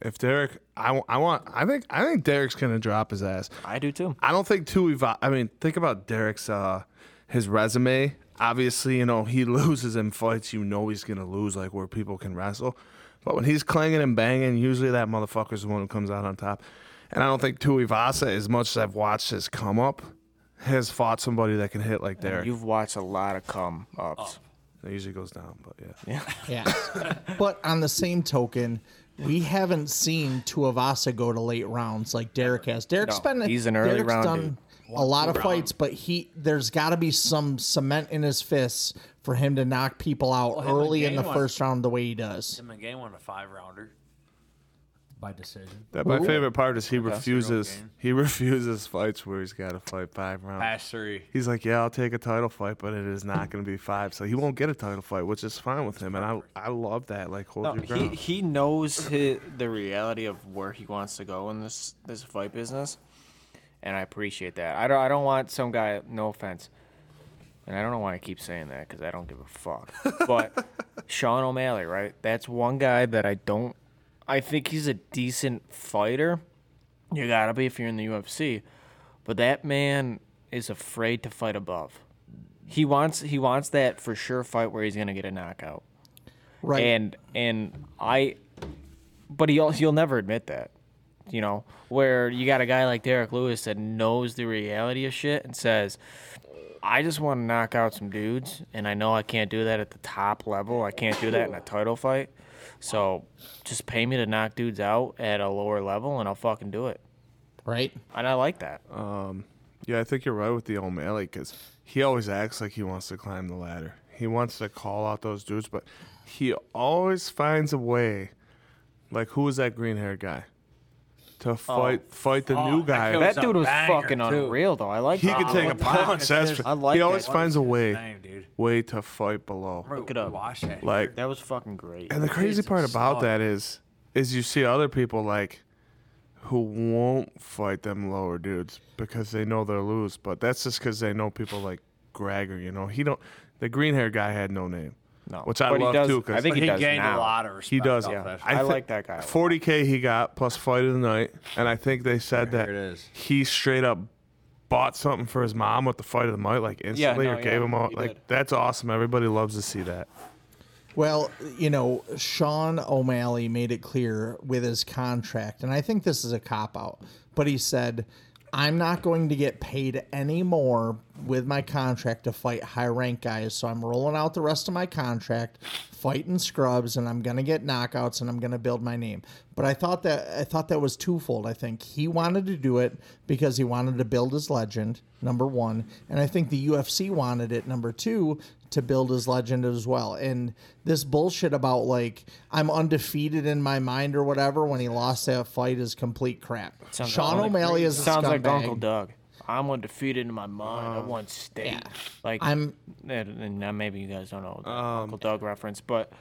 If Derek, I, w- I want, I think, I think Derek's gonna drop his ass. I do too. I don't think Tui. Va- I mean, think about Derek's uh, his resume. Obviously, you know he <laughs> loses in fights. You know he's gonna lose, like where people can wrestle. But when he's clanging and banging, usually that motherfucker's the one who comes out on top. And I don't think Tui Vasa, as much as I've watched his come up, has fought somebody that can hit like Derek. You've watched a lot of come Oh. ups. It usually goes down, but yeah. Yeah. <laughs> but on the same token, we haven't seen Tuavasa go to late rounds like Derek has. Derek's No, been he's an early Derek's round done dude. a lot of fights, but he there's got to be some cement in his fists for him to knock people out him and early in the Gaethje. first round the way he does. Him and Game won a five rounder. By decision. That my favorite part is he refuses. game. He <laughs> refuses fights where he's got to fight five rounds. Past three. He's like, yeah, I'll take a title fight, but it is not going to be five, so he won't get a title fight, which is fine with him, and I I love that. Like, hold No, your he, ground. he knows hi the reality of where he wants to go in this this fight business, and I appreciate that. I don't I don't want some guy. No offense, and I don't know why I keep saying that because I don't give a fuck. But Sean O'Malley, right? That's one guy that I don't. I think he's a decent fighter. You gotta be if you're in the UFC, but that man is afraid to fight above. He wants he wants that for sure fight where he's gonna get a knockout Right. and and I, but he'll he'll never admit that, you know. Where you got a guy like Derek Lewis that knows the reality of shit and says, "I just want to knock out some dudes, and I know I can't do that at the top level. I can't do that in a title fight. So just pay me to knock dudes out at a lower level, and I'll fucking do it." right? And I like that. yeah, I think you're right with the O'Malley because he always acts like he wants to climb the ladder. He wants to call out those dudes, but he always finds a way. Like, who was that green-haired guy? Oh. To fight, fight the new guy. killed- that was a dude was banger, fucking too. unreal, though. I like. he could take a punch. That's I like he that. always What finds a way, Name, dude. way to fight below. Look it up. Watch that. Like That was fucking great. And the crazy It's part about absurd. that is, is you see other people like, who won't fight them lower dudes because they know they'll lose. But that's just because they know people like Gregor. You know, he don't. The green hair guy had no name. No, which I but he love does- too. I think But he he, does gained now. a lot of respect. he does. off Yeah. that I like that guy a lot. Forty k he got plus fight of the night, and I think they said There that it is. he straight up bought something for his mom with the fight of the night, like instantly, no, or gave yeah, him all. he Like did. that's awesome. Everybody loves to see that. Well, you know, Sean O'Malley made it clear with his contract, and I think this is a cop out, but he said, I'm not going to get paid any more with my contract to fight high rank guys, so I'm rolling out the rest of my contract, fighting scrubs, and I'm going to get knockouts and I'm going to build my name. But I thought that I thought that was twofold. I think he wanted to do it because he wanted to build his legend, number one, and I think the UFC wanted it, number two, to build his legend as well. And this bullshit about like I'm undefeated in my mind or whatever when he lost that fight is complete crap. Sounds Sean like- O'Malley is a sounds like scumbag. Uncle Doug. I'm undefeated in my mind. I won state. Like I'm- and, and now maybe you guys don't know the Uncle Doug reference, but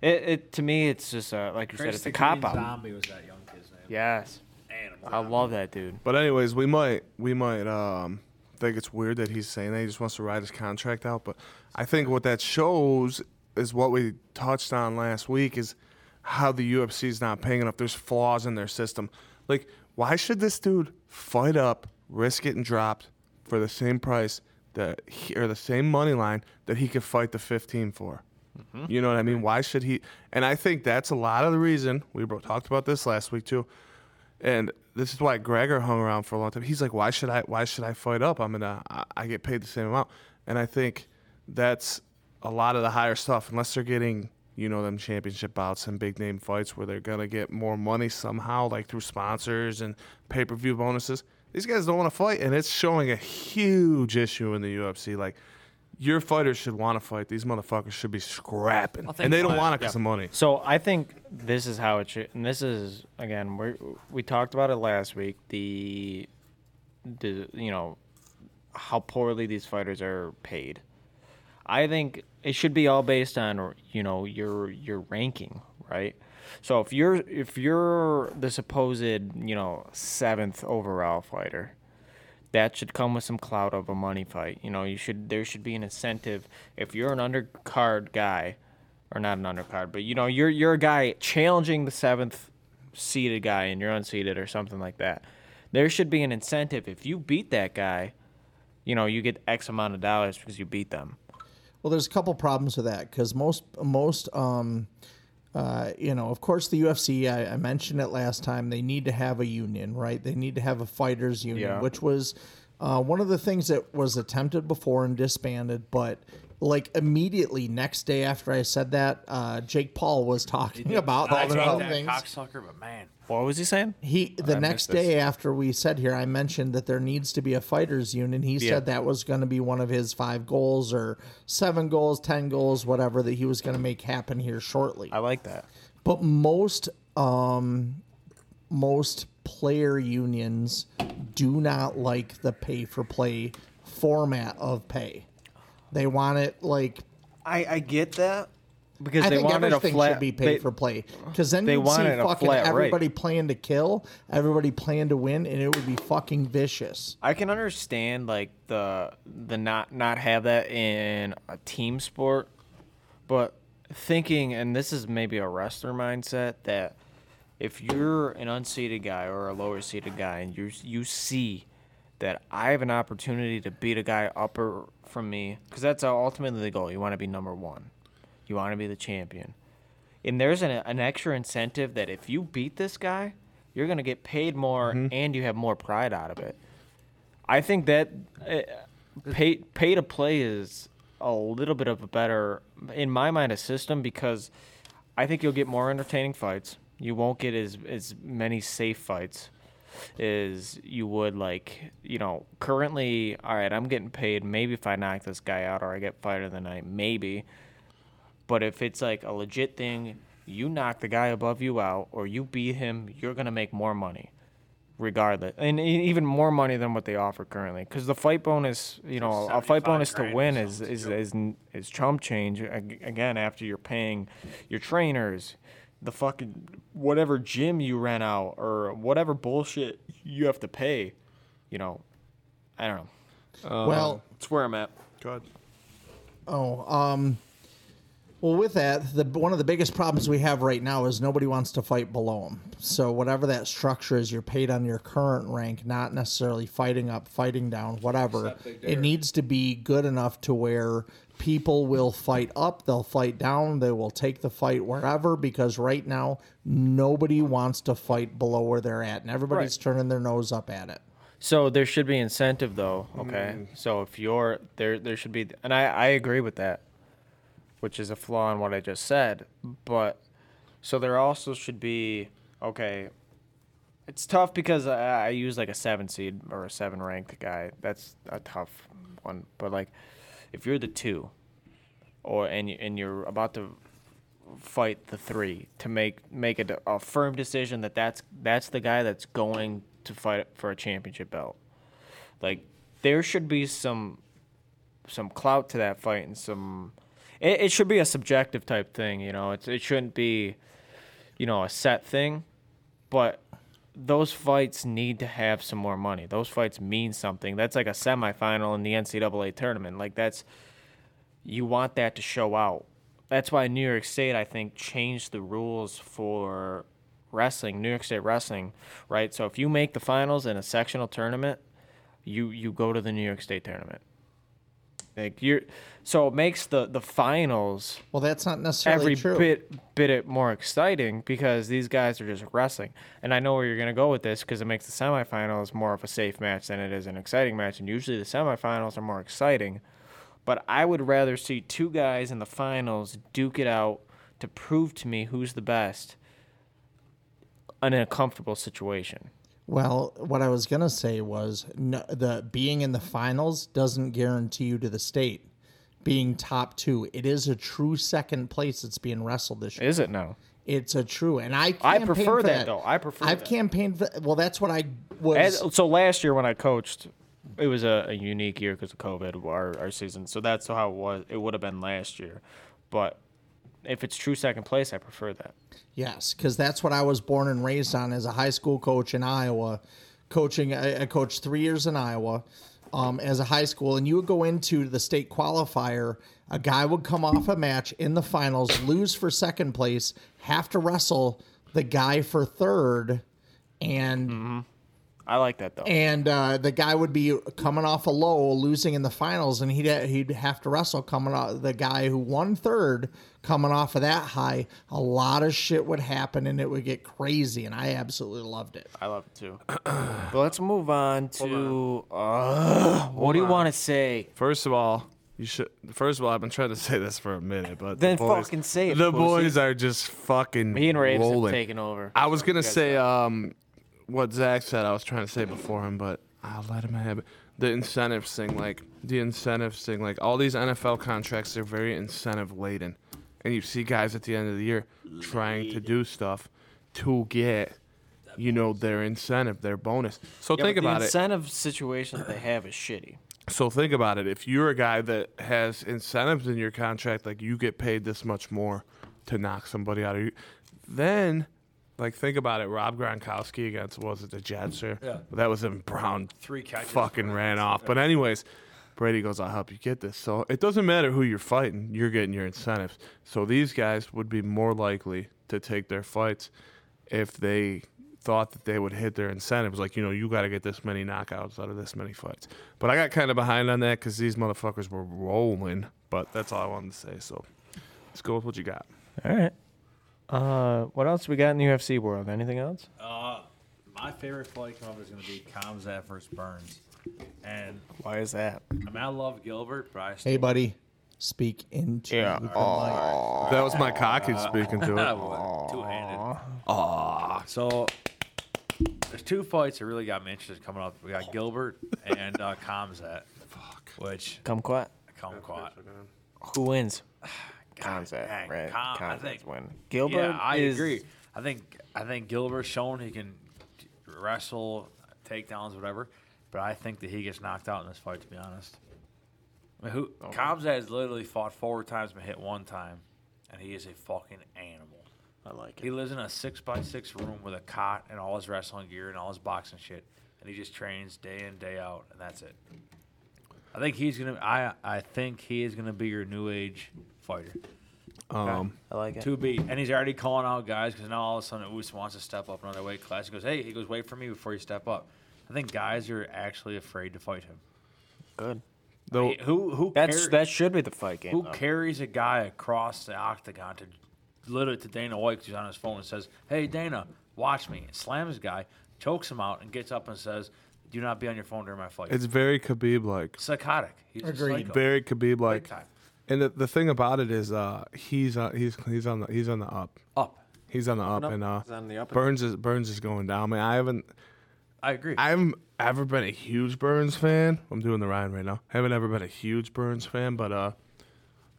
it, it to me it's just uh, like you said, it's a cop out. Zombie was that young kid's name. Yes, Animal. I love that dude. But anyways, we might we might um think it's weird that he's saying that he just wants to ride his contract out, but I think what that shows is what we touched on last week is how the UFC is not paying enough. There's flaws in their system. Like, why should this dude fight up, risk getting dropped for the same price that he, or the same money line that he could fight the 15 for? You know what I mean? Why should he? And I think that's a lot of the reason we bro- talked about this last week too. And this is why Gregor hung around for a long time. He's like, why should I? Why should I fight up? I'm gonna. I, I get paid the same amount. And I think that's a lot of the higher stuff. Unless they're getting, you know, them championship bouts and big name fights where they're gonna get more money somehow, like through sponsors and pay per view bonuses. These guys don't want to fight, and it's showing a huge issue in the UFC. Like, your fighters should want to fight. These motherfuckers should be scrapping, and they don't want it because of money. So I think this is how it should, and this is again we we talked about it last week. The, the you know, how poorly these fighters are paid. I think it should be all based on you know your your ranking, right? So if you're if you're the supposed you know seventh overall fighter, that should come with some clout of a money fight. You know, you should there should be an incentive if you're an undercard guy, or not an undercard, but you know you're you're a guy challenging the seventh seeded guy and you're unseeded or something like that. There should be an incentive if you beat that guy. You know, you get X amount of dollars because you beat them. Well, there's a couple problems with that because most most um, uh, you know, of course, the UFC. I, I mentioned it last time. They need to have a union, right? They need to have a fighters union, Yeah. which was uh, one of the things that was attempted before and disbanded, but. Like immediately next day after I said that, uh, Jake Paul was talking about I all hate the that things. cocksucker, but man, What was he saying? He the next Oh, this. day after we said here, I mentioned that there needs to be a fighters union. He said that was going to be one of his five goals or seven goals, ten goals, whatever that he was going to make happen here shortly. I like that. But most um, most player unions do not like the pay for play format of pay. They want it like I, I get that because I they think wanted a everything flat. should be paid they- for play because then they you'd see wanted a fucking flat rate. everybody playing to kill, everybody playing to win, and it would be fucking vicious. I can understand like the the not not have that in a team sport, but thinking and this is maybe a wrestler mindset that if you're an unseated guy or a lower seated guy and you you see that I have an opportunity to beat a guy upper from me because that's ultimately the goal. You want to be number one. You want to be the champion. And there's an, an extra incentive that if you beat this guy, you're going to get paid more and you have more pride out of it. I think that uh, pay pay to play is a little bit of a better, in my mind, a system because I think you'll get more entertaining fights. You won't get as as many safe fights as you would like. You know, currently, all right, I'm getting paid. Maybe if I knock this guy out or I get fight of the night, maybe. But if it's like a legit thing, you knock the guy above you out or you beat him, you're gonna make more money, regardless, and e- even more money than what they offer currently. Because the fight bonus, you know, a 75 fight bonus to grand or win is something, is, is n- is chump change ag- again after you're paying your trainers, the fucking whatever gym you rent out or whatever bullshit you have to pay. You know, I don't know. Um, well, That's where I'm at. God. oh, um, well, with that, the one of the biggest problems we have right now is nobody wants to fight below them. So whatever that structure is, you're paid on your current rank, not necessarily fighting up, fighting down, whatever. It needs to be good enough to where people will fight up, they'll fight down, they will take the fight wherever because right now nobody wants to fight below where they're at and everybody's turning their nose up at it. So there should be incentive though, okay? So if you're there there should be and I I agree with that, which is a flaw in what I just said, but so there also should be okay. It's tough because I, I use like a seven seed or a seven ranked guy. That's a tough one. But like, if you're the two, or and you, and you're about to fight the three to make make a, de- a firm decision that that's that's the guy that's going to fight for a championship belt. Like, there should be some some clout to that fight and some. It, it should be a subjective type thing, you know. It's it shouldn't be, you know, a set thing, but those fights need to have some more money. Those fights mean something. That's like a semifinal in the NCAA tournament. Like that's you want that to show out. That's why New York State, I think, changed the rules for wrestling, New York State wrestling, right? So if you make the finals in a sectional tournament, you you go to the New York State tournament. Like you're, so it makes the the finals Well, that's not necessarily every true. bit bit it more exciting because these guys are just wrestling. And I know where you're gonna go with this because it makes the semifinals more of a safe match than it is an exciting match. And usually the semifinals are more exciting. But I would rather see two guys in the finals duke it out to prove to me who's the best in a comfortable situation. Well, what I was gonna say was no, the being in the finals doesn't guarantee you to the state being top two. It is a true second place that's being wrestled this year. Is it now? It's a true, and I I campaigned prefer for that, though. I prefer I've that. campaigned for well. That's what I As- was. so last year when I coached, it was a, a unique year because of COVID, our, our season. So that's how it was. It would have been last year, but if it's true second place, I prefer that. Yes, because that's what I was born and raised on as a high school coach in Iowa, coaching. I, I coached three years in Iowa um, as a high school, and you would go into the state qualifier. A guy would come off a match in the finals, lose for second place, have to wrestle the guy for third, and I like that though. and uh, the guy would be coming off a low, losing in the finals, and he'd he'd have to wrestle coming out the guy who won third coming off of that high. A lot of shit would happen, and it would get crazy, and I absolutely loved it. I love it too. <clears throat> but let's move on to uh, what do you want to say? First of all, you should. First of all, I've been trying to say this for a minute, but Then the boys, fucking say it, The pussy. boys are just fucking. Me and Raves have rolling. taken over. I was gonna say um, what Zach said. I was trying to say before him, but I'll let him have it. The incentives thing, like the incentives thing, like all these NFL contracts, they're very incentive laden, and you see guys at the end of the year trying to do stuff to get, you know, their incentive, their bonus. So think the about it. incentive situation that they have is shitty. So think about it. If you're a guy that has incentives in your contract, like you get paid this much more to knock somebody out of you, then like think about it. Rob Gronkowski against was it the Jets or yeah. that was in Brown Three catches. fucking ran off. But anyways, Brady goes, I'll help you get this. So it doesn't matter who you're fighting, you're getting your incentives. So these guys would be more likely to take their fights if they thought that they would hit their incentives. Like, you know, you got to get this many knockouts out of this many fights. But I got kind of behind on that because these motherfuckers were rolling. But that's all I wanted to say. So let's go with what you got. All right. Uh, what else we got in the UFC world? Anything else? My favorite fight coming up is going to be Kamzat versus Burns. And Why is that? I mean, I love Gilbert, but I still Hey, buddy, speak into Yeah. the mic. That was my cocky speaking to <laughs> Ah, it. what? Two-handed. So there's two fights that really got me interested coming up. We got Gilbert and uh, Kamzat. Fuck. Which Come quiet. Kumquat. Who <sighs> wins? dang, Concept, right? Con- I Concept's think- win. Gilbert Yeah, I is- agree. I think I think Gilbert's shown he can wrestle, takedowns, whatever. But I think that he gets knocked out in this fight. To be honest, I mean, who Kamzat has literally fought four times and hit one time, and he is a fucking animal. I like He lives in a six by six room with a cot and all his wrestling gear and all his boxing shit, and he just trains day in day out, and that's it. I think he's gonna. I I think he is gonna be your new age fighter Um, I like it. to be, and he's already calling out guys because now all of a sudden Us wants to step up another weight class. He goes, hey, he goes, wait for me before you step up. I think guys are actually afraid to fight him. Good. though, Hey, Who who That's cares- that should be the fight game. who though. carries a guy across the octagon to literally to Dana White 'cause he's on his phone and says, "Hey Dana, watch me," and slams the guy, chokes him out, and gets up and says, "Do not be on your phone during my fight." it's very Khabib like. psychotic. He's a Agreed. psycho. Very Khabib Big like. time. uh, And the, the thing about it is, uh, he's on he's he's on the he's on the up. up. He's on the up and uh, He's on the up and- Burns is Burns is going down. Man, I haven't I agree. I haven't ever been a huge Burns fan. I'm doing the Ryan right now. haven't ever been a huge Burns fan, but uh,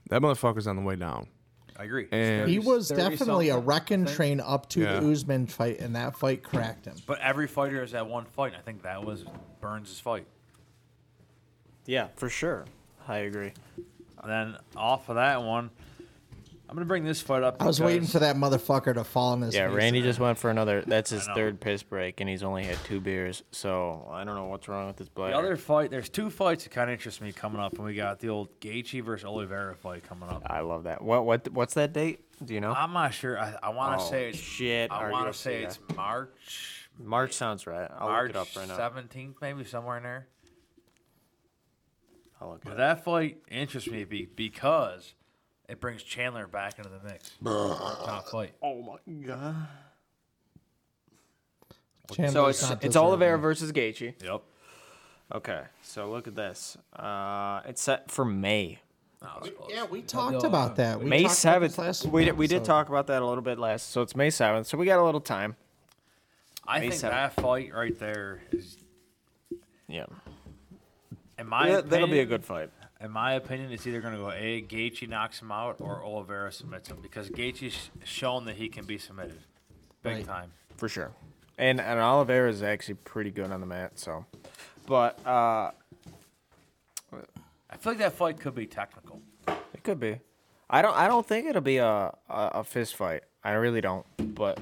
that motherfucker's on the way down. I agree. And He was 30 definitely a something, wrecking train up to Yeah. the Usman fight, and that fight cracked him. but every fighter has that one fight. and I think that was Burns' fight. Yeah, for sure. I agree. And then off of that one, I'm gonna bring this fight up. I was waiting because- for that motherfucker to fall on his Yeah, face. Randy just went for another. That's his know. third piss break, and he's only had two beers. So I don't know what's wrong with this bladder. The other fight, there's two fights that kind of interest me coming up, and we got the old Gaethje versus Oliveira fight coming up. I love that. What what what's that date? Do you know? I'm not sure. I, I want to Oh, say it's shit, I our want to UFC say guy. it's March, March sounds right. I'll look March it up right now. 17th, maybe somewhere in there. I'll look it But up. that fight interests me be, because it brings Chandler back into the mix. Top fight. Oh. Chandler's So it's not it's deserving. Oliveira versus Gaethje. Yep. Okay, so look at this. Uh, it's set for May. No, it's close. Yeah, we talked about that. We May talked about this seventh. last We did, we did episode. talk about that a little bit last. So it's May seventh. So we got a little time. I May think 7th. that fight right there is, Yeah, in my That- opinion, that'll be a good fight. In my opinion, it's either going to go a Gaethje knocks him out or Oliveira submits him because Gaethje's shown that he can be submitted, big Right. time. for sure. And and Oliveira is actually pretty good on the mat. So, but uh, I feel like that fight could be technical. it could be. I don't I don't think it'll be a a, a fist fight. I really don't. But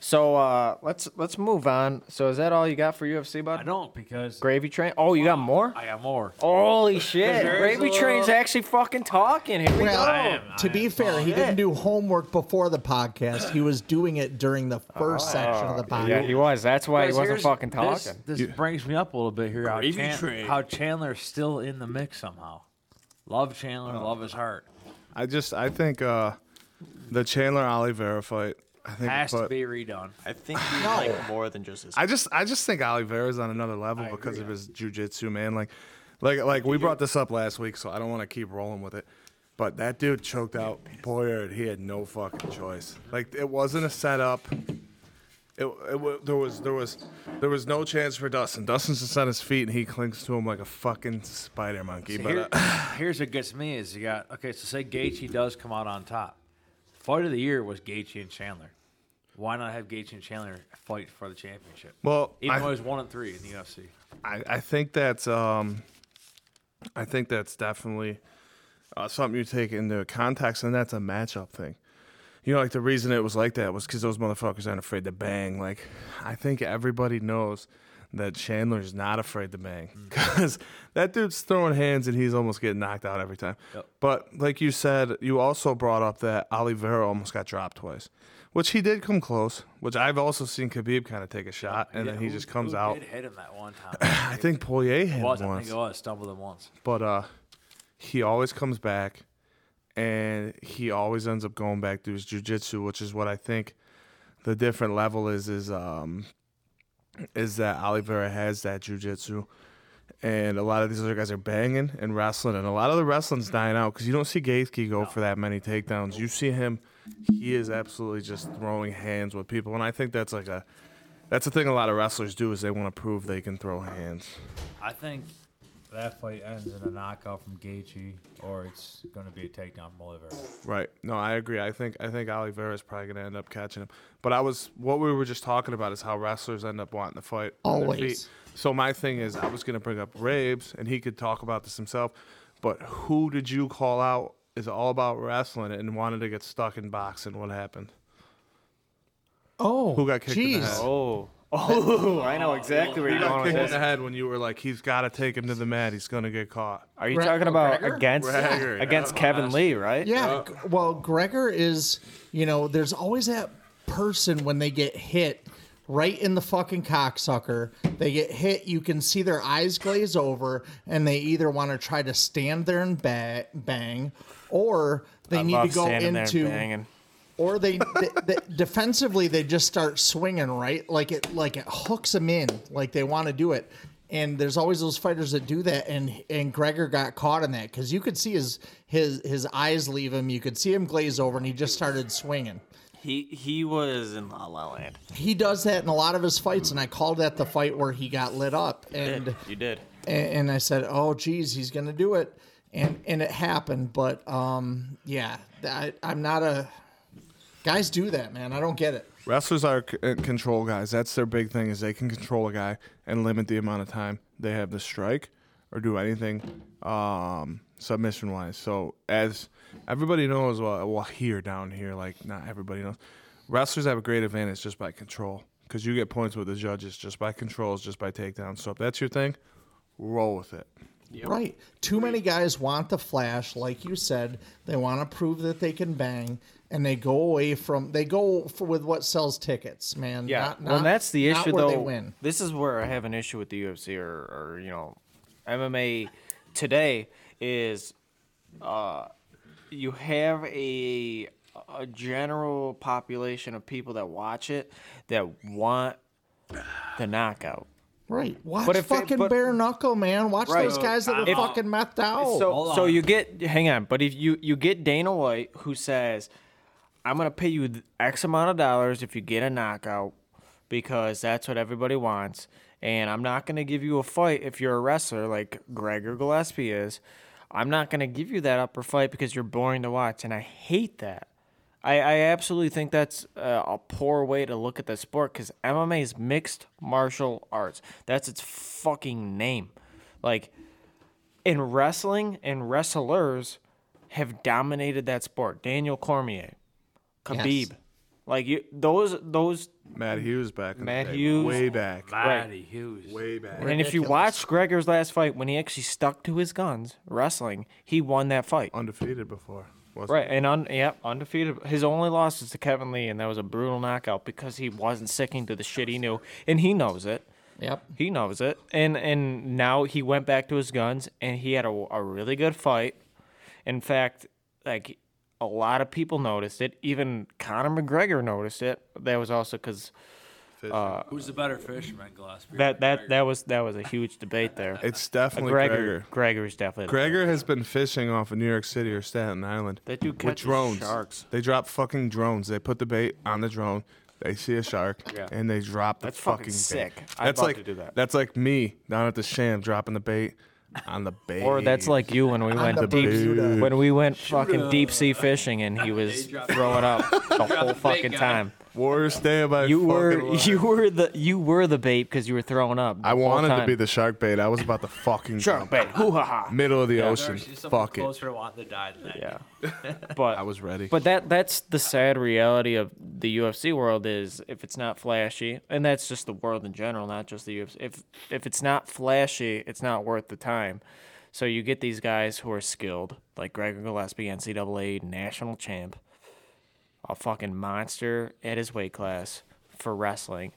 so uh, let's let's move on. So is that all you got for UFC, bud? I don't because Gravy train. Oh, you got more? I got more. Holy shit! there is Gravy a train's little- actually fucking talking. Here we Well, go. I am- to I be am fair, he didn't shit. do homework before the podcast. He was doing it during the Oh, first section of the podcast. Yeah, he was. That's why he wasn't Here's- fucking this- talking. This, brings me up a little bit here. How, Gravy Chan- train. how Chandler's still in the mix somehow. Love Chandler, love his heart. I just I think uh, the Chandler Oliveira fight. I think Has to but- be redone. I think you like more than just his. I just I just think Oliveira's on another level because of his jujitsu, man. Like, like, like we brought this up last week, so I don't want to keep rolling with it. But that dude choked out Poirier. He had no fucking choice. Like, it wasn't a setup. It, it wa- there was there was there was no chance for Dustin. Dustin's just on his feet and he clings to him like a fucking spider monkey. See, but here- uh, <clears throat> here's what gets me is you got okay. So say Gaethje does come out on top. Fight of the year was Gaethje and Chandler. Why not have Gaethje and Chandler fight for the championship? well, Even I- though he's one and three in the UFC. I, I think that's um, I think that's definitely uh, something you take into context, and that's a matchup thing. You know, like the reason it was like that was because those motherfuckers aren't afraid to bang. Like, I think everybody knows that Chandler's not afraid to bang Mm. because <laughs> that dude's throwing hands and he's almost getting knocked out every time. But like you said, you also brought up that Oliveira almost got dropped twice, which he did come close. Which I've also seen Khabib kind of take a shot and then he Who- just comes who out. Did hit him that one time. <clears throat> I think Poirier it hit him was. I once think it was stumbled him once. but uh he always comes back and he always ends up going back to his jiu-jitsu which is what i think the different level is is um is that Oliveira has that jiu-jitsu and a lot of these other guys are banging and wrestling and a lot of the wrestling's dying out because you don't see Gaethje go for that many takedowns you see him he is absolutely just throwing hands with people and i think that's like a that's the thing a lot of wrestlers do is they want to prove they can throw hands I think that fight ends in a knockout from Gaethje, or it's going to be a takedown from Oliveira. Right. No, I agree. I think I think Oliveira is probably gonna end up catching him. But I was what we were just talking about is how wrestlers end up wanting to fight on their feet. Always. So my thing is, I was gonna bring up Rabes, and he could talk about this himself. But who did you call out is all about wrestling and wanted to get stuck in boxing? What happened? Oh, Who got kicked in the head? Oh, <laughs> oh, I know exactly where you're Who got going with kicked in this. the head when you were like, he's got to take him to the mat. He's gonna get caught. Are you Gre- talking about Gregor? against Gregor. against Kevin Lee, right? Yeah. g- Well, Gregor is, you know, there's always that person when they get hit right in the fucking cocksucker. They get hit, you can see their eyes glaze over, and they either want to try to stand there and ba- bang, or they I need to love go standing there and into, banging. or they, th- th- defensively they just start swinging right, like it, like it hooks them in, like they want to do it. And there's always those fighters that do that, and and Gregor got caught in that because you could see his his his eyes leave him, you could see him glaze over, and he just started swinging. He he was in La La Land. He does that in a lot of his fights, and I called that the fight where he got lit up, and You did. and, and I said, "Oh, geez, he's gonna do it," and and it happened. But um, yeah, I, I'm not a guys do that, man. I don't get it. Wrestlers are c- uh, control guys. That's their big thing is they can control a guy and limit the amount of time they have to strike or do anything um, submission wise. So as everybody knows, well, well here down here, like not everybody knows, wrestlers have a great advantage just by control because you get points with the judges just by controls, just by takedowns. So if that's your thing, roll with it. Right. Too many guys want the flash, like you said. They want to prove that they can bang, and they go away from they go for, with what sells tickets, man. Yeah, Not, well, not- that's the not issue where though. They win. This is where I have an issue with the UFC or, or you know, MMA today is, uh, you have a a general population of people that watch it that want the knockout. Right. Watch But if they- fucking but- bare knuckle, man. Watch Right. those guys that were If- fucking methed out. so hold so on. you get hang on, but if you you get Dana White who says, "I'm gonna pay you th- X amount of dollars if you get a knockout because that's what everybody wants, and I'm not gonna give you a fight if you're a wrestler like Gregor Gillespie is. I'm not gonna give you that upper fight because you're boring to watch, and I hate that." I, I absolutely think that's uh, a poor way to look at the sport because MMA is mixed martial arts. That's its fucking name. Like, in wrestling and wrestlers have dominated that sport. Daniel Cormier, Khabib, like you, those those. Matt Hughes back. In Matt the day, Hughes. way back. Mighty Hughes. Way back. And if you watch Gregor's last fight, when he actually stuck to his guns wrestling, he won that fight. Undefeated before. Wasn't Right, and un, yep, undefeated. His only loss was to Kevin Lee, and that was a brutal knockout because he wasn't sticking to the shit he knew, and he knows it. yep. He knows it, and and now he went back to his guns, and he had a, a really good fight. In fact, like a lot of people noticed it. Even Conor McGregor noticed it. That was also because Who's the better fisherman, Gillespie? that that that was that was a huge debate there. It's definitely Gregor. Gregor Gregor's definitely the- Gregor has been fishing off of New York City or Staten Island. That dude with catches drones. sharks. They drop fucking drones. They put the bait on the drone. They see a shark and they drop the That's fucking fucking bait. sick. I'd That's love like to do that. that's like me down at the sham dropping the bait on the bait. Or that's like you when we went the deep Bermuda. when we went fucking deep sea fishing and he was dropped- throwing <laughs> up the whole the big fucking guy. time. worst day of my You fucking were life. <laughs> you were the you were the bait because you were throwing up. I wanted to be the shark bait. I was about to fucking shark jump. bait. Hoo ha ha. middle of the There ocean. was just someone Fuck it. closer to wanting to die than that. <laughs> Yeah. But I was ready. But that that's the sad reality of the UFC world is if it's not flashy, and that's just the world in general, not just the UFC. If if it's not flashy, it's not worth the time. So you get these guys who are skilled, like Gregor Gillespie, NCAA national champ, a fucking monster at his weight class for wrestling.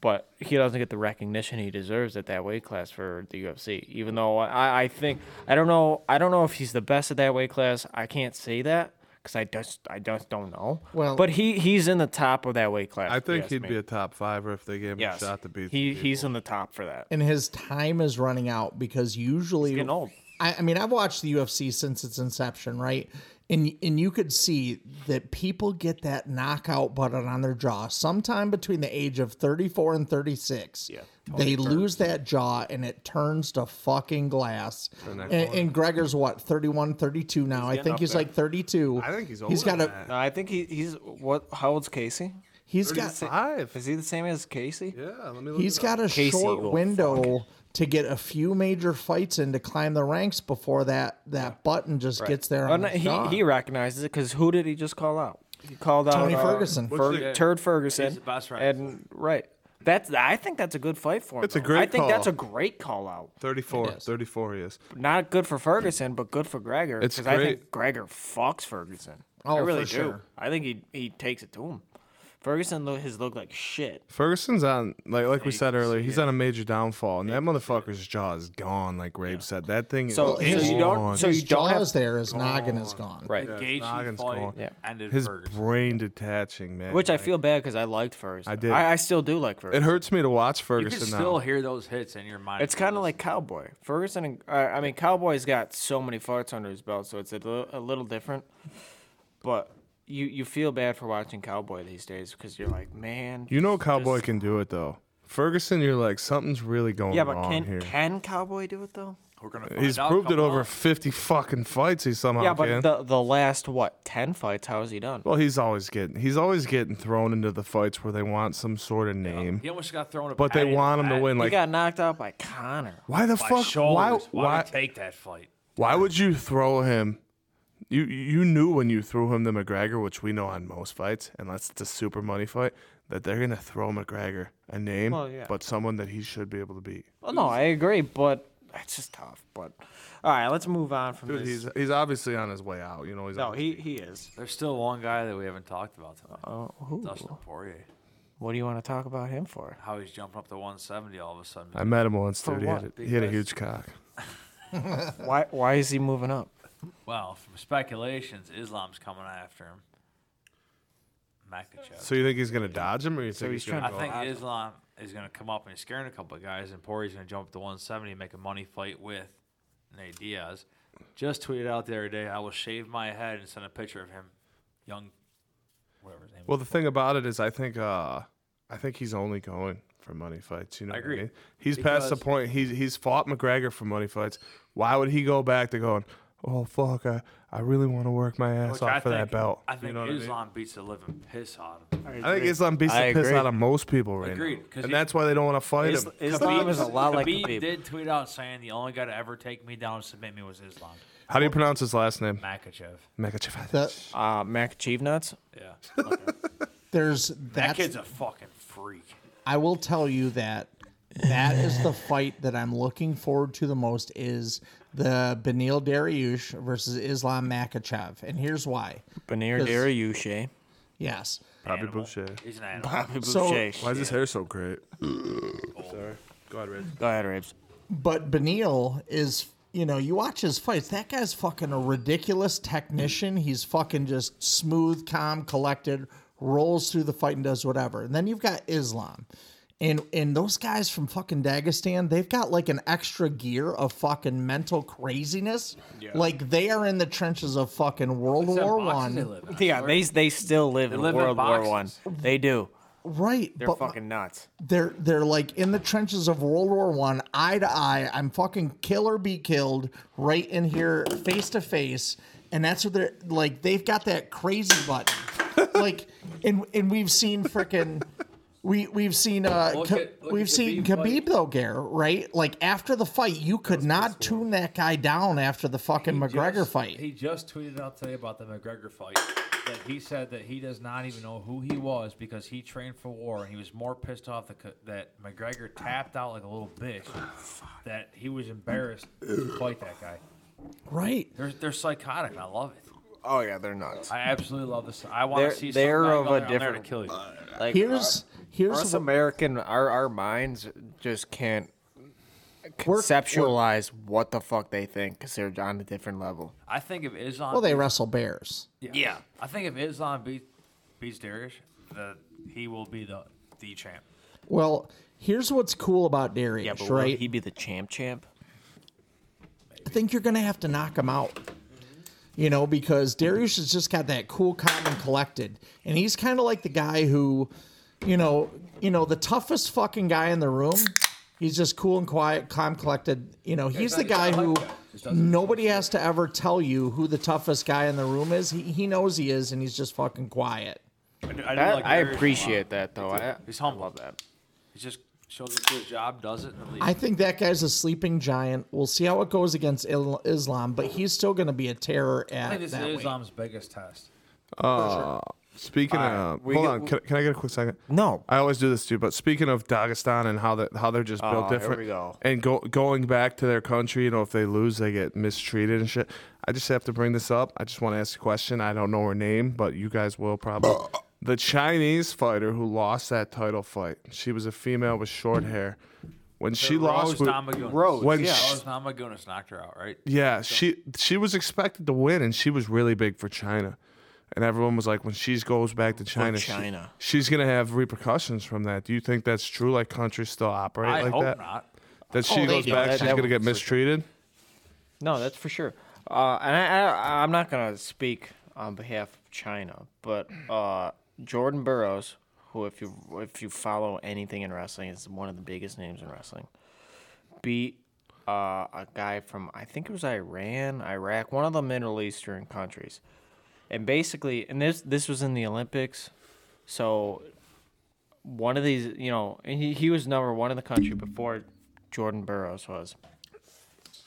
But he doesn't get the recognition he deserves at that weight class for the UFC. Even though I, I think I don't know I don't know if he's the best at that weight class. I can't say that because I just I just don't know. Well- but he he's in the top of that weight class. I if you think ask he'd me. be a top fiver if they gave him yes. a shot to beat. he some he's in the top for that. And his time is running out because usually Getting old. I, I mean, I've watched the UFC since its inception, right? And and you could see that people get that knockout button on their jaw sometime between the age of 34 and 36. Yeah, they lose that jaw and it turns to fucking glass. And, and Gregor's what 31, 32 now. I think up he's there. like 32. I think he's older. he's got than a No, I think he, he's what? How old's Casey? he's got that. five. Is he the same as Casey? Yeah, let me look. He's it got a Casey short will window to get a few major fights in to climb the ranks before that that button just gets there. Oh, On no, his he, jaw. he recognizes it because who did he just call out? He called out Tony uh, Ferguson. Fer- the- Turd Ferguson. He's the best wrestler. And right. That's I think that's a good fight for him. It's a though. great I think that's a call. great call out. 34. 34 he is. Not good for Ferguson, but good for Gregor. It's because I think great. Gregor fucks Ferguson. Oh, I for really do. sure. I think he he takes it to him. Ferguson lo- has looked like shit. Ferguson's on like like we said earlier, he's on a major downfall, and that motherfucker's jaw is gone. Like Rabe said, that thing is So, so you don't gone. so you his don't jaw have is there. His noggin is gone. right. Gaethje Noggin's fight gone. Yeah. ended his Ferguson. brain detaching, man. Which I Like, feel bad because I liked Ferguson. I did. I, still do like Ferguson. it hurts me to watch You can Ferguson now. still hear those hits in your mind. It's kind of like Cowboy Ferguson. And, uh, I mean, Cowboy's got so many farts under his belt, so it's a, li- a little different. But you you feel bad for watching Cowboy these days because you're like, man. You know, Cowboy just- can do it though. Ferguson, you're like something's really going Yeah, but wrong can here. can Cowboy do it though? We're gonna. He's find out proved it coming over up. 50 fucking fights. He somehow yeah, but can. the the last what ten fights? How's he done? well, he's always getting he's always getting thrown into the fights where they want some sort of name, He almost got thrown. A but they patty in the want him to back. win. he Like, got knocked out by Connor. why the By fuck? Why, shoulders. Why why, would he take that fight? why would you throw him? You you knew when you threw him to McGregor, which we know on most fights, unless it's a super money fight, that they're gonna throw McGregor a name, Well, yeah. but someone that he should be able to beat. Well, no, I agree, but it's just tough. But all right, let's move on from Dude, this. he's he's obviously on his way out. You know, he's no, on- he he is. There's still one guy that we haven't talked about tonight. Oh, who? Dustin Poirier. What do you want to talk about him for? How he's jumping up to 170 all of a sudden. I met him once, For dude. He had, what? a, he had a Because- huge cock. Why why is he moving up? Well, from speculations, Islam's coming after him. Makachev. So you think he's gonna dodge him, or you think he's he's, gonna I trying go? think Islam is going to come up and he's scaring a couple of guys, and Poirier's going to jump up to 170 and make a money fight with Nate Diaz. Just tweeted out the other day, I will shave my head and send a picture of him, young, whatever his name Well, the thing about it is, I think, uh, I think he's only going for money fights. You know, I what agree. mean? He's past the Because- point. He's he's fought McGregor for money fights. Why would he go back to going? Oh fuck! I, I really want to work my ass is. Which off I for that think- belt. I think you know what Islam beats the living piss out of him. I, mean? I think Islam beats I the piss agree. out of most people right Agreed, 'cause now, and he- that's why they don't want to fight Is, him. Islam is a lot like Khabib Khabib. did tweet out saying the only guy to ever take me down and submit me was Islam How do you pronounce his last name? Makachev. Makachev. That Uh, Mac Nuts. Yeah, there's <laughs> that that's kid's a fucking freak. I will tell you that that is <laughs> the fight that I'm looking forward to the most is the Benil Dariush versus Islam Makachev. And here's why. Benir Yes. Dariush. Yes. Bobby Animal. Boucher. He's an animal. Bobby So- Boucher. Why is his hair so great? Sorry. Go ahead, Ray. Go ahead, Rapes. But Benil is you know, you watch his fights. That guy's fucking a ridiculous technician. He's fucking just smooth, calm, collected, rolls through the fight and does whatever. And then you've got Islam. And and those guys from fucking Dagestan, they've got like an extra gear of fucking mental craziness. Like they are in the trenches of fucking World It's that War box they One. live in. Yeah, they they still live in live in World War One. boxes. They do. Right. They're but fucking nuts. they're they're like in the trenches of World War One, eye to eye. I'm fucking kill or be killed, right in here, face to face, and that's what they're like. They've got that crazy <laughs> button, like, and and we've seen freaking. We, we've seen uh Look Ka- at- look we've at seen Khabib Khabib though, Gare, right? Like after the fight, you could not tune that guy down after the fucking He McGregor just- fight. He just tweeted out today about the McGregor fight that he said that he does not even know who he was because he trained for war and he was more pissed off that, co- that McGregor tapped out like a little bitch that he was embarrassed to fight that guy. right. They're, they're psychotic. and I love it. Oh yeah, they're nuts. I absolutely love this. I want They're- to see. they're somebody of go there, a I'm there to different- kill you. Like uh, Here's here's us what- American, our our minds just can't conceptualize what the fuck they think because they're on a different level. I think if Islam, well they wrestle bears. yeah. I think if Islam beat, beats Darius, that he will be the the champ. Well, here's what's cool about Darius, right? be the champ champ? think you're going to have to knock him out. You know, because Darius has just got that cool, calm, and collected, and he's kind of like the guy who, you know, you know, the toughest fucking guy in the room. He's just cool and quiet, calm, collected. You know, he's the not- guy he's not who like that. He doesn't- nobody has to ever tell you who the toughest guy in the room is. He, he knows he is, and he's just fucking quiet. I, do- do I, like I Darius a lot. appreciate that though. I, He's humble. Love that. He just shows up to his job, does it, and leaves. I think that guy's a sleeping giant. We'll see how it goes against Il- Islam, but he's still going to be a terror at I think this that is weight. Islam's biggest test. Speaking of, we hold get- on, can, can I get a quick second? No. I always do this too. But speaking of Dagestan and how that how they're just built Oh, here different, we go. and go, going back to their country, you know, if they lose, they get mistreated and shit. I just have to bring this up. I just want to ask a question. I don't know her name, but you guys will <laughs> probably. the Chinese fighter who lost that title fight, she was a female with short hair. When she lost, Rose we- Namajunas. when yeah, sh- Rose Namajunas knocked her out, right? yeah, she she was expected to win, and she was really big for China, and everyone was like, when she goes back to China, she- China. she's gonna have repercussions from that. Do you think that's true? Like countries still operate I like hope that? not. That she Oh, they goes do. back, That- she's that gonna get was- mistreated. No, that's for sure. Uh, and I, I, I'm not gonna speak on behalf of China, but uh, Jordan Burroughs, who if you if you follow anything in wrestling, is one of the biggest names in wrestling, beat uh, a guy from I think it was Iran, Iraq, one of the Middle Eastern countries, and basically, and this this was in the Olympics, so one of these, you know, and he, he was number one in the country before Jordan Burroughs was.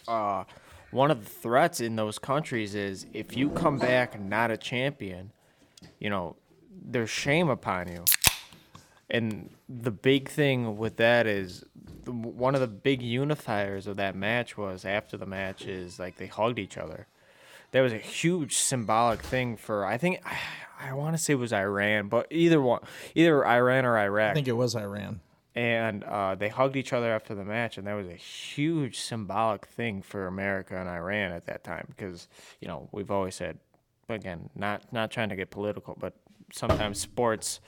Uh, one of the threats in those countries is if you come back not a champion, you know, there's shame upon you. And the big thing with that is the, one of the big unifiers of that match was after the match is like they hugged each other. That was a huge symbolic thing for I think <sighs> I want to say it was Iran, but either one, either Iran or Iraq I think it was Iran. and uh, they hugged each other after the match, and that was a huge symbolic thing for America and Iran at that time because you know we've always said, again, not not trying to get political, but sometimes sports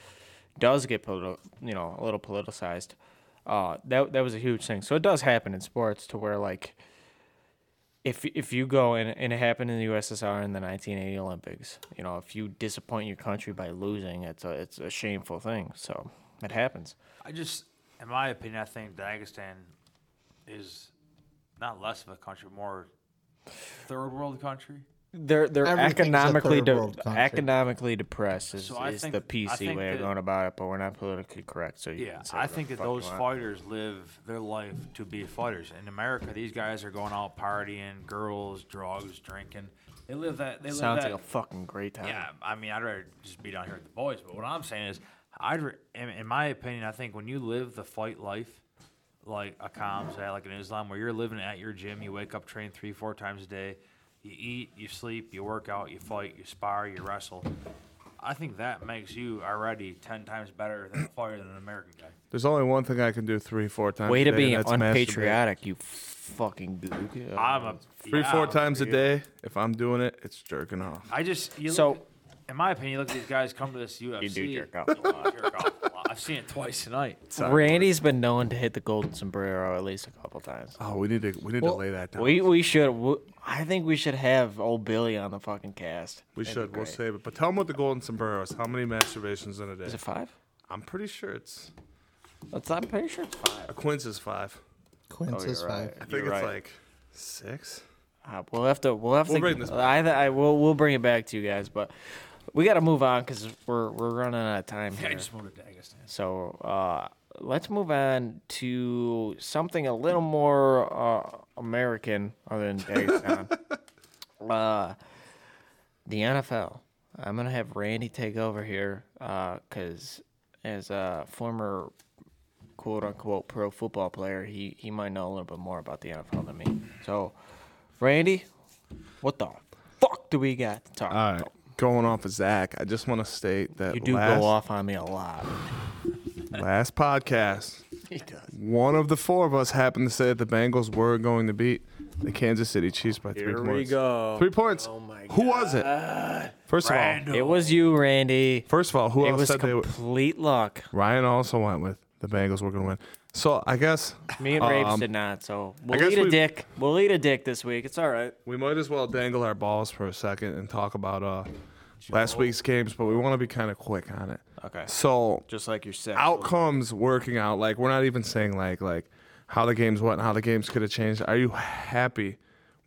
does get politi- you know a little politicized. Uh, that that was a huge thing. So it does happen in sports to where like if if you go and, and it happened in the USSR in the 1980 Olympics, you know, if you disappoint your country by losing, it's a it's a shameful thing. So it happens. I just, in my opinion, I think Dagestan is not less of a country, more third world country. they're they're Everything's a economically third de- world country. economically depressed is, So I is think- the I PC think way of that- going about it, but we're not politically correct. So you Yeah, can say I whatever think the that fuck you those want. fighters live their life to be fighters. In America, these guys are going out partying, girls, drugs, drinking. They live that. They live sounds that. like a fucking great time. yeah, I mean, I'd rather just be down here with the boys. But what I'm saying is, I'd, re- in, in my opinion, I think when you live the fight life, like a comms, at, like an Islam, where you're living at your gym, you wake up, train three, four times a day, you eat, you sleep, you work out, you fight, you spar, you wrestle. I think that makes you already ten times better than a fighter than an American guy. There's only one thing I can do three, four times. Way a to day, be and that's masturbate. unpatriotic, you fucking gook. I'm a Three, yeah. four times a day. If I'm doing it, it's jerking off. I just you So- look, in my opinion, you look at these guys come to this UFC. do jerk off a lot. jerk off a lot. I've seen it twice tonight. Randy's been known to hit the golden sombrero at least a couple times. Oh, we need to we need Well, to lay that down. We we should. We, I think we should have old Billy on the fucking cast. We That'd be should. We'll great. save it. But tell them what the golden sombrero is. How many masturbations in a Is day? it five? I'm pretty sure it's That's I'm pretty sure it's five. Oh, a quince is five. Quince is five. I think You're it's right. like six. Uh, we'll have to. We'll have We'll to. bring this I, I will. We'll bring it back to you guys, but we got to move on because we're we're running out of time I here. just moved to Dagestan. So uh, let's move on to something a little more uh, American other than Dagestan. uh, the NFL. I'm gonna have Randy take over here because as a former quote unquote pro football player, he he might know a little bit more about the NFL than me. So, Randy, what the fuck do we got to talk? All right. about? Going off of Zach, I just want to state that You do last, go off on me a lot. last podcast, <laughs> He does. one of the four of us happened to say that the Bengals were going to beat the Kansas City Chiefs by three Here we points. go. Three points. Oh my Who was it? First of all, It was you, Randy. first of all, who It else was said they were? complete luck. Ryan also went with the Bengals were going to win. So I guess Me and Raves Um, did not, so we'll guess eat a we- dick. We'll eat a dick this week. It's all right. we might as well dangle our balls for a second and talk about uh, last week's games, but we want to be kind of quick on it. Okay. So Just like your sex. outcomes working out like we're not even saying like like how the games went and how the games could have changed are you happy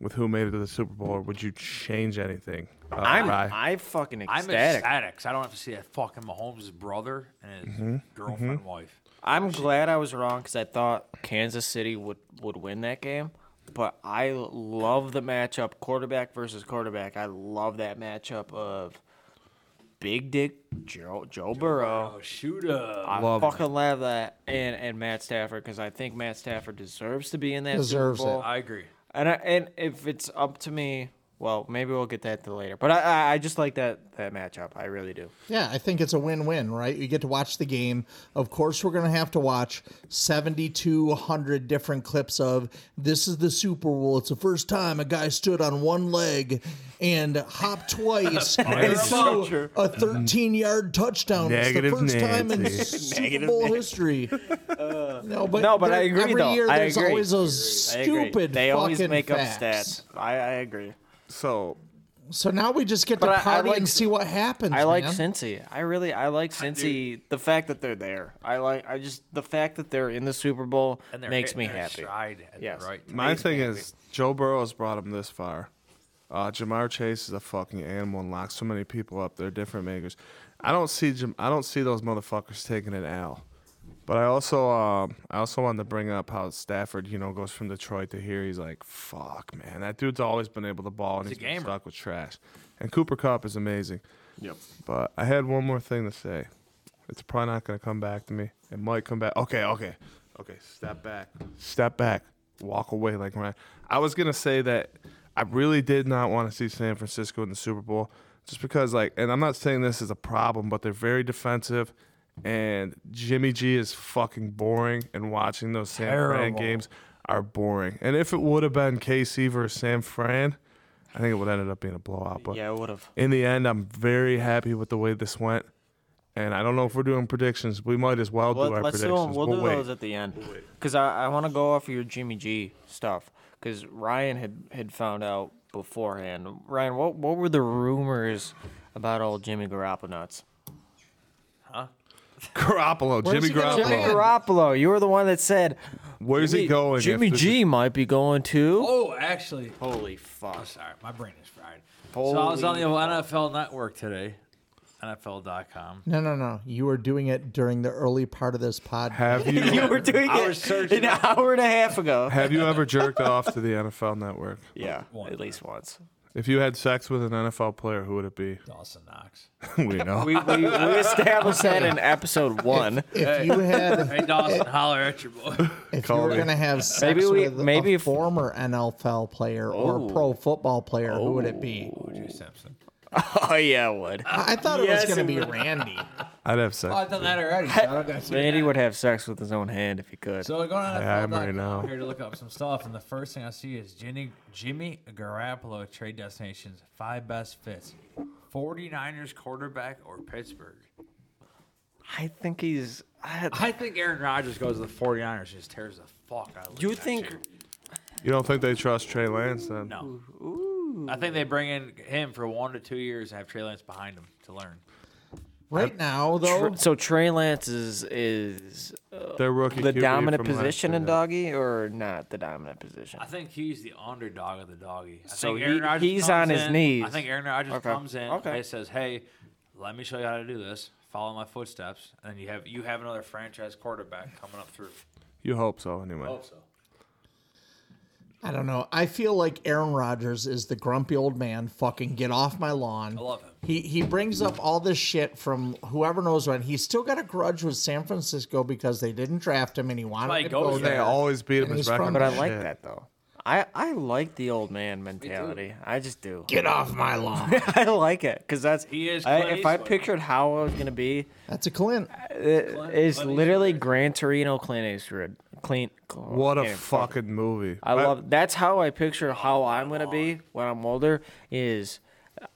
with who made it to the super bowl or would you change anything uh, I'm Rye? I'm fucking I'm ecstatic. ecstatic. 'cause I don't have to see that fucking Mahomes' brother and his Mm-hmm. girlfriend and wife. I'm glad I was wrong because I thought Kansas City would would win that game. But I love the matchup, quarterback versus quarterback. I love that matchup of Big Dick Joe Joe Burrow. Oh, shoot uh, up. I Love fucking love that and and Matt Stafford because I think Matt Stafford deserves to be in that Deserves it. Super Bowl. I agree. And I, and if it's up to me, well, maybe we'll get that to later. But I I, I just like that that matchup. I really do. Yeah, I think it's a win-win, right? You get to watch the game. Of course, we're going to have to watch 7,200 different clips of this is the Super Bowl. It's the first time a guy stood on one leg and hopped twice and threw a 13-yard touchdown. Negative it's the first time <laughs> in Nancy. Super Bowl history. no, but, Uh, No, but there- I agree, Every though. year, I there's agree. always those I agree. stupid They always fucking make facts. up stats. I, I agree. so So now we just get But I- to I party like and s- see what happens. I like man. Cincy. I really I like Cincy. The fact that they're there, I like. I just the fact that they're in the Super Bowl And they're makes hitting me their happy. Stride at the Yes. right time. My thing is, Joe Burrow has brought him this far. Uh, Jamar Chase is a fucking animal and locks so many people up. They're different makers. I don't see Jam- I don't see those motherfuckers taking an L. But I also um, I also wanted to bring up how Stafford, you know, goes from Detroit to here. He's like, fuck, man, that dude's always been able to ball, and He's a he's been gamer. stuck with trash. And Cooper Cup is amazing. Yep. But I had one more thing to say. It's probably not going to come back to me. It might come back. Okay, okay. Okay, step back. Step back. Walk away like Ryan. I was going to say that I really did not want to see San Francisco in the Super Bowl just because, like, and I'm not saying this is a problem, but they're very defensive. And Jimmy G is fucking boring, and watching those San Fran Terrible. games are boring. And if it would have been KC versus San Fran, I think it would have ended up being a blowout. But Yeah, I would have. in the end, I'm very happy with the way this went. And I don't know if we're doing predictions. We might as well do our let's do predictions. them. We'll, We'll do wait. those at the end. Because I, I want to go off your Jimmy G stuff. Because Ryan had, had found out beforehand. Ryan, what what were the rumors about old Jimmy Garoppolo? Garoppolo, Jimmy he gonna Jimmy Jimmy Garoppolo. play? Garoppolo, you were the one that said. Where's he going? Jimmy if this G is- might be going to. Oh, actually, Holy I'm fuck! sorry, my brain is fried. so I was on the NFL Network today, NFL.com. No, no, no. You were doing it during the early part of this pod. Have you You were doing I it was searching an hour and a half ago. have you ever jerked off to the NFL Network? <laughs> Yeah, One at time. least once. If you had sex with an NFL player, who would it be? <laughs> Dawson Knox. we know. We, we, we established that in <laughs> episode one. If you had, <laughs> Hey <laughs> Dawson, holler at your boy. if you were me. gonna have sex Maybe we- with maybe a if- former NFL player or pro football player, who would it be? OJ Simpson. Oh yeah, I <laughs> would. I thought it Yes, was gonna it be Randy. I'd have sex. Oh, I've done that already. So I don't got to Randy would have sex with his own hand if he could. So we're going on Yeah, I'm NFL.com right now. here to look up some stuff, and the first thing I see is Jimmy, Jimmy Garoppolo trade destinations, five best fits, 49ers quarterback or Pittsburgh? I think he's. I, I think Aaron Rodgers goes to the 49ers just tears the fuck out of you that think? shit. You don't think they trust Trey Lance then? No. I think they bring in him for one to two years and have Trey Lance behind him to learn. Right now, though, So Trey Lance is is Their rookie the QB dominant from last position year. in doggy or not the dominant position? I think he's the underdog of the doggy. I So think he- he's comes on his in- knees. I think Aaron Rodgers Okay. comes in Okay. and he says, "Hey, let me show you how to do this. Follow my footsteps." And then you have you have another franchise quarterback coming up through. You hope so anyway. Hope so. I don't know. I feel like Aaron Rodgers is the grumpy old man. Fucking get off my lawn. I love him. He he brings up all this shit from whoever knows when. He's still got a grudge with San Francisco because they didn't draft him and he wanted why he to goes go there. They there. always beat him And as he's record. from- but I like shit. that though. I I like the old man mentality. I just do. Get off my lawn. <laughs> I like it because that's He is I, Clint if I Eastwood. pictured how I was gonna be, That's a Clint. it's literally Gran Torino Clint Eastwood. Clint. What a can't- fucking movie. I love. That's how I picture how I'm gonna be when I'm older. Is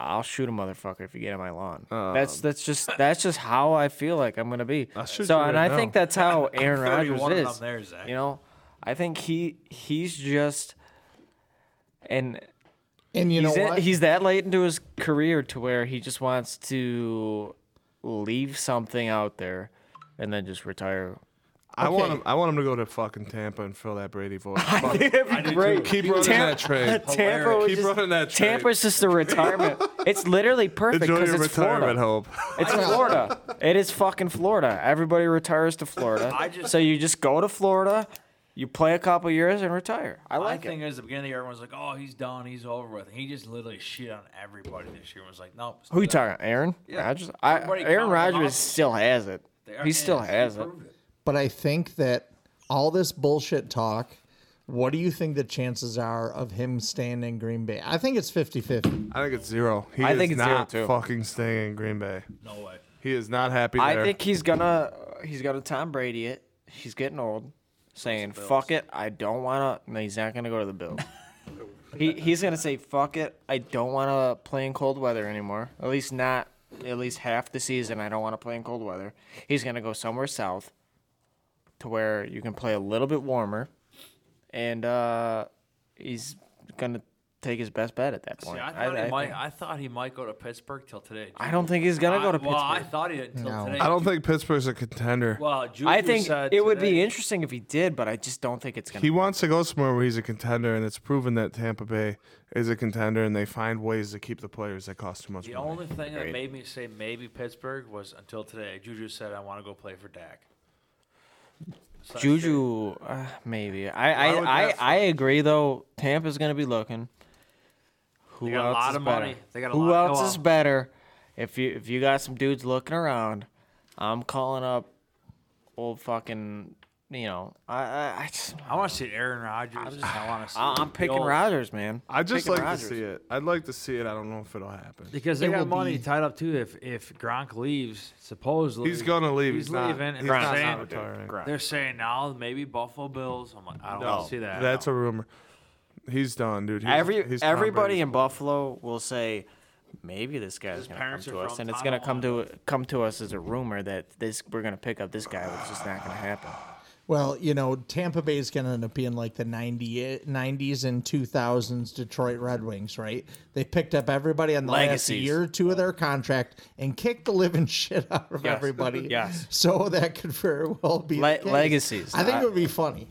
I'll shoot a motherfucker if you get on my lawn. that's that's just that's just how I feel like I'm gonna be. shoot So you and right I think now. that's how Aaron Rodgers 31 and is. I'm there, Zach. You know, I think he he's just and And you he's know that- what? he's that late into his career to where he just wants to leave something out there and then just retire. I want him. I want him to go to fucking Tampa and fill that Brady void. Fuck, Great. keep running <laughs> Tam- that trade. Tampa was Keep just- running that trade. Tampa's just a retirement. it's literally perfect Enjoy because your it's retirement Florida. <laughs> hope. It's Florida. It is fucking Florida. Everybody retires to Florida. just- so you just go to Florida, you play a couple years and retire. I I like it. think at the beginning of the year, everyone's like, "Oh, he's done. He's over with." And he just literally shit on everybody this year. And was like, "Nope." Who you talking? about, Aaron? Yeah. Rodgers? I, Everybody Aaron counted him Rodgers out. still has it. He still has it. but I think that all this bullshit talk. What do you think the chances are of him staying in Green Bay? I think it's 50-50. I think it's zero. He I is think it's zero, not too. fucking staying in Green Bay. No way. He is not happy I there. think he's gonna he's gonna Tom Brady it. He's getting old, saying "fuck it, I don't wanna." No, he's not gonna go to <laughs> the Bills. he he's gonna say "fuck it, I don't wanna play in cold weather anymore." At least not at least half the season. I don't wanna play in cold weather. He's gonna go somewhere south, to where you can play a little bit warmer, and uh, he's gonna take his best bet at that point. See, I I- thought, I he might, think- I thought he might go to Pittsburgh till today. I don't think he's gonna I- go to well, I Pittsburgh. thought he did till No. today. I don't think Pittsburgh's a contender. Well, Juju I think said it would be today- interesting if he did, but I just don't think it's gonna. He wants to go somewhere where he's a contender, and it's proven that Tampa Bay is a contender, and they find ways to keep the players that cost too much The money. only thing that made me say maybe Pittsburgh was until today. Juju said, "I want to go play for Dak." So I figured- Juju, uh, maybe. I would I, I, that- I agree though. Tampa's gonna be looking. Who They got a else lot is of better? money. They got a Who lot- else well- is better? If you if you got some dudes looking around, I'm calling up old fucking. You know, I I, I just I want to see Aaron Rodgers. and I want to see. I- I'm the picking old- Rodgers, man. I'd just Picking like Rodgers. to see it. I'd like to see it. I don't know if it'll happen. because they It will got money be- tied up too. If if Gronk leaves, supposedly He's gonna leave. He's, He's not- leaving. and he's they're not saying- retiring. They're saying now maybe Buffalo Bills. I'm like, I don't No. see that. That's a rumor. He's done, dude. He's, Every he's Tom everybody Brady. in Buffalo will say maybe this guy's gonna come parents to are us, from and it's gonna come Tonawanda. to come to us as a rumor that this we're gonna pick up this guy, which is just not gonna happen. Well, you know, Tampa Bay is going to end up being like the 90, 90s and 2000s Detroit Red Wings, right? They picked up everybody on the Legacies. last year or two of their contract and kicked the living <laughs> shit out of Yes. everybody. <laughs> Yes. So that could very well be. Le- the case. legacies, I think not- it would be funny.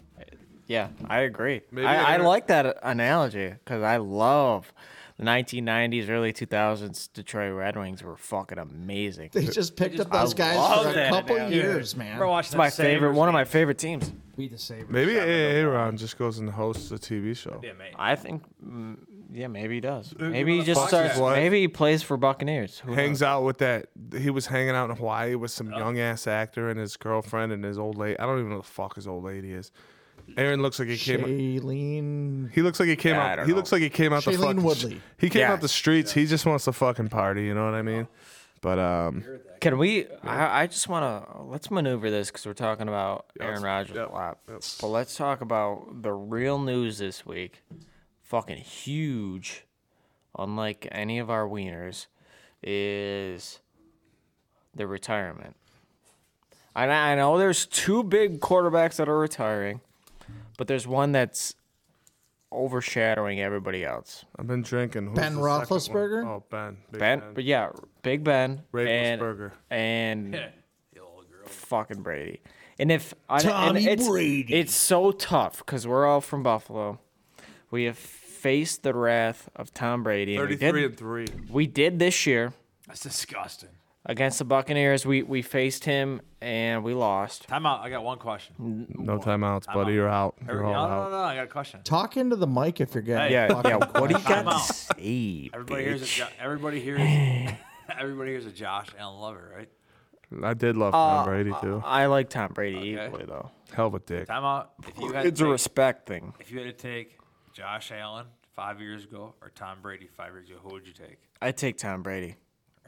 Yeah, I agree. Maybe I, I they're- like that analogy because I love the 1990s, early 2000s Detroit Red Wings were fucking amazing. They just picked up those guys love for a that couple analogy. years, man. Remember watching It's my that Sabres favorite, one of game? my favorite teams. Beat the Sabres. Maybe Aaron just goes and hosts a TV show. Yeah, mate. I think, mm, yeah, maybe he does. Maybe he just fuck starts. is what? Maybe he plays for Buccaneers. Who Hangs out with that. He was hanging out in Hawaii with some young ass actor and his girlfriend and his old lady. I don't even know the fuck his old lady is. Aaron looks like he came. Shailene. He looks like he came Yeah, I out. don't He know. looks like he came out the Shailene fucking. Woodley. He came Yeah. out the streets. He just wants to fucking party. You know what I mean? But um, knows? Can we? I, I just want to let's maneuver this because we're talking about Aaron let's- Rodgers yeah, a lot. yeah. But let's talk about the real news this week. Fucking huge, unlike any of our wieners, is the retirement. And I I know there's two big quarterbacks that are retiring, but there's one that's overshadowing everybody else. I've been drinking. Who's Ben the second one? Roethlisberger? Oh, Ben. Big Ben, but yeah, Big Ben and Roethlisberger. and The old girl. fucking Brady. And if I, and Tommy it's, Brady. it's so tough because we're all from Buffalo. We have faced the wrath of Tom Brady. and we did- Thirty-three and three. we did this year That's disgusting. against the Buccaneers. We we faced him and we lost. Time out. I got one question. No timeouts, buddy. You're out. You're Everybody, all no, no, out. no, I got a question. Talk into the mic if you're getting Hey. Yeah, fucking yeah, what do you questions. got Time to out. say? Everybody hears a, bitch? Jo- <laughs> everybody hears <laughs> everybody hears a Josh Allen lover, right? I did love Uh, Tom Brady too. I like Tom Brady Okay. equally though. Hell of a dick. Time out. If you had It's to a take, respect thing. if you had to take Josh Allen five years ago or Tom Brady five years ago, who would you take? I take Tom Brady.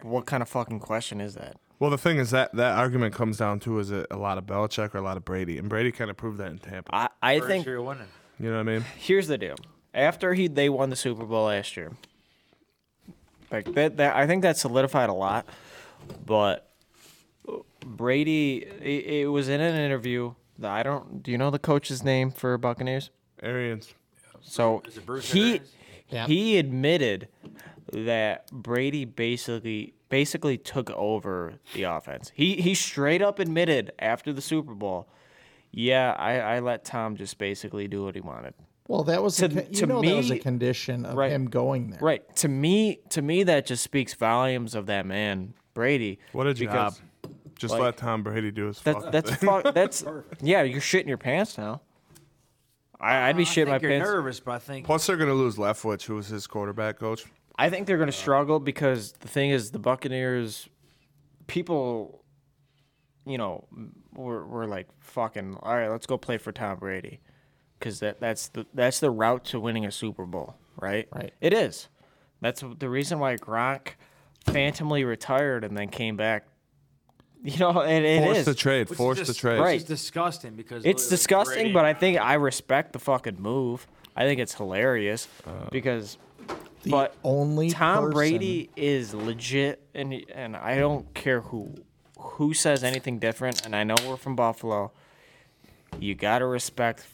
What kind of fucking question is that? Well, the thing is that that argument comes down to is it a lot of Belichick or a lot of Brady, and Brady kind of proved that in Tampa. I, I First think year winning. You know what I <sighs> mean? here's the deal. After he they won the Super Bowl last year, like that, that I think that solidified a lot. But Brady, it, it was in an interview. that I don't. Do you know the coach's name for Buccaneers? Arians. So it Bruce he Arians? Yeah. he admitted that Brady basically basically took over the offense. He he straight up admitted after the Super Bowl, yeah, I, I let Tom just basically do what he wanted. Well, that was a, To- con- you to know that was a me- condition of Right. him going there. Right. To me, to me, that just speaks volumes of that man, Brady. What a job. because Just like- let Tom Brady do his That's fucking that's thing. <laughs> fuck. That's yeah. You're shitting your pants now. I, I'd be shitting I my think you're pants. nervous, but I think Plus, they're gonna lose Leftwich, who was his quarterback coach. I think they're going to struggle because the thing is, the Buccaneers, people, you know, were, were like fucking. All right, let's go play for Tom Brady, because that that's the that's the route to winning a Super Bowl, right? Right. It is. That's the reason why Gronk phantomly retired and then came back. <laughs> You know, and it Force is. the trade. which is Force the just- trade. Right. It's disgusting because It's literally disgusting, Brady- but I think I respect the fucking move. I think it's hilarious because Uh, The but only Tom person- Brady is legit, and and I don't care who who says anything different. And I know we're from Buffalo. You gotta respect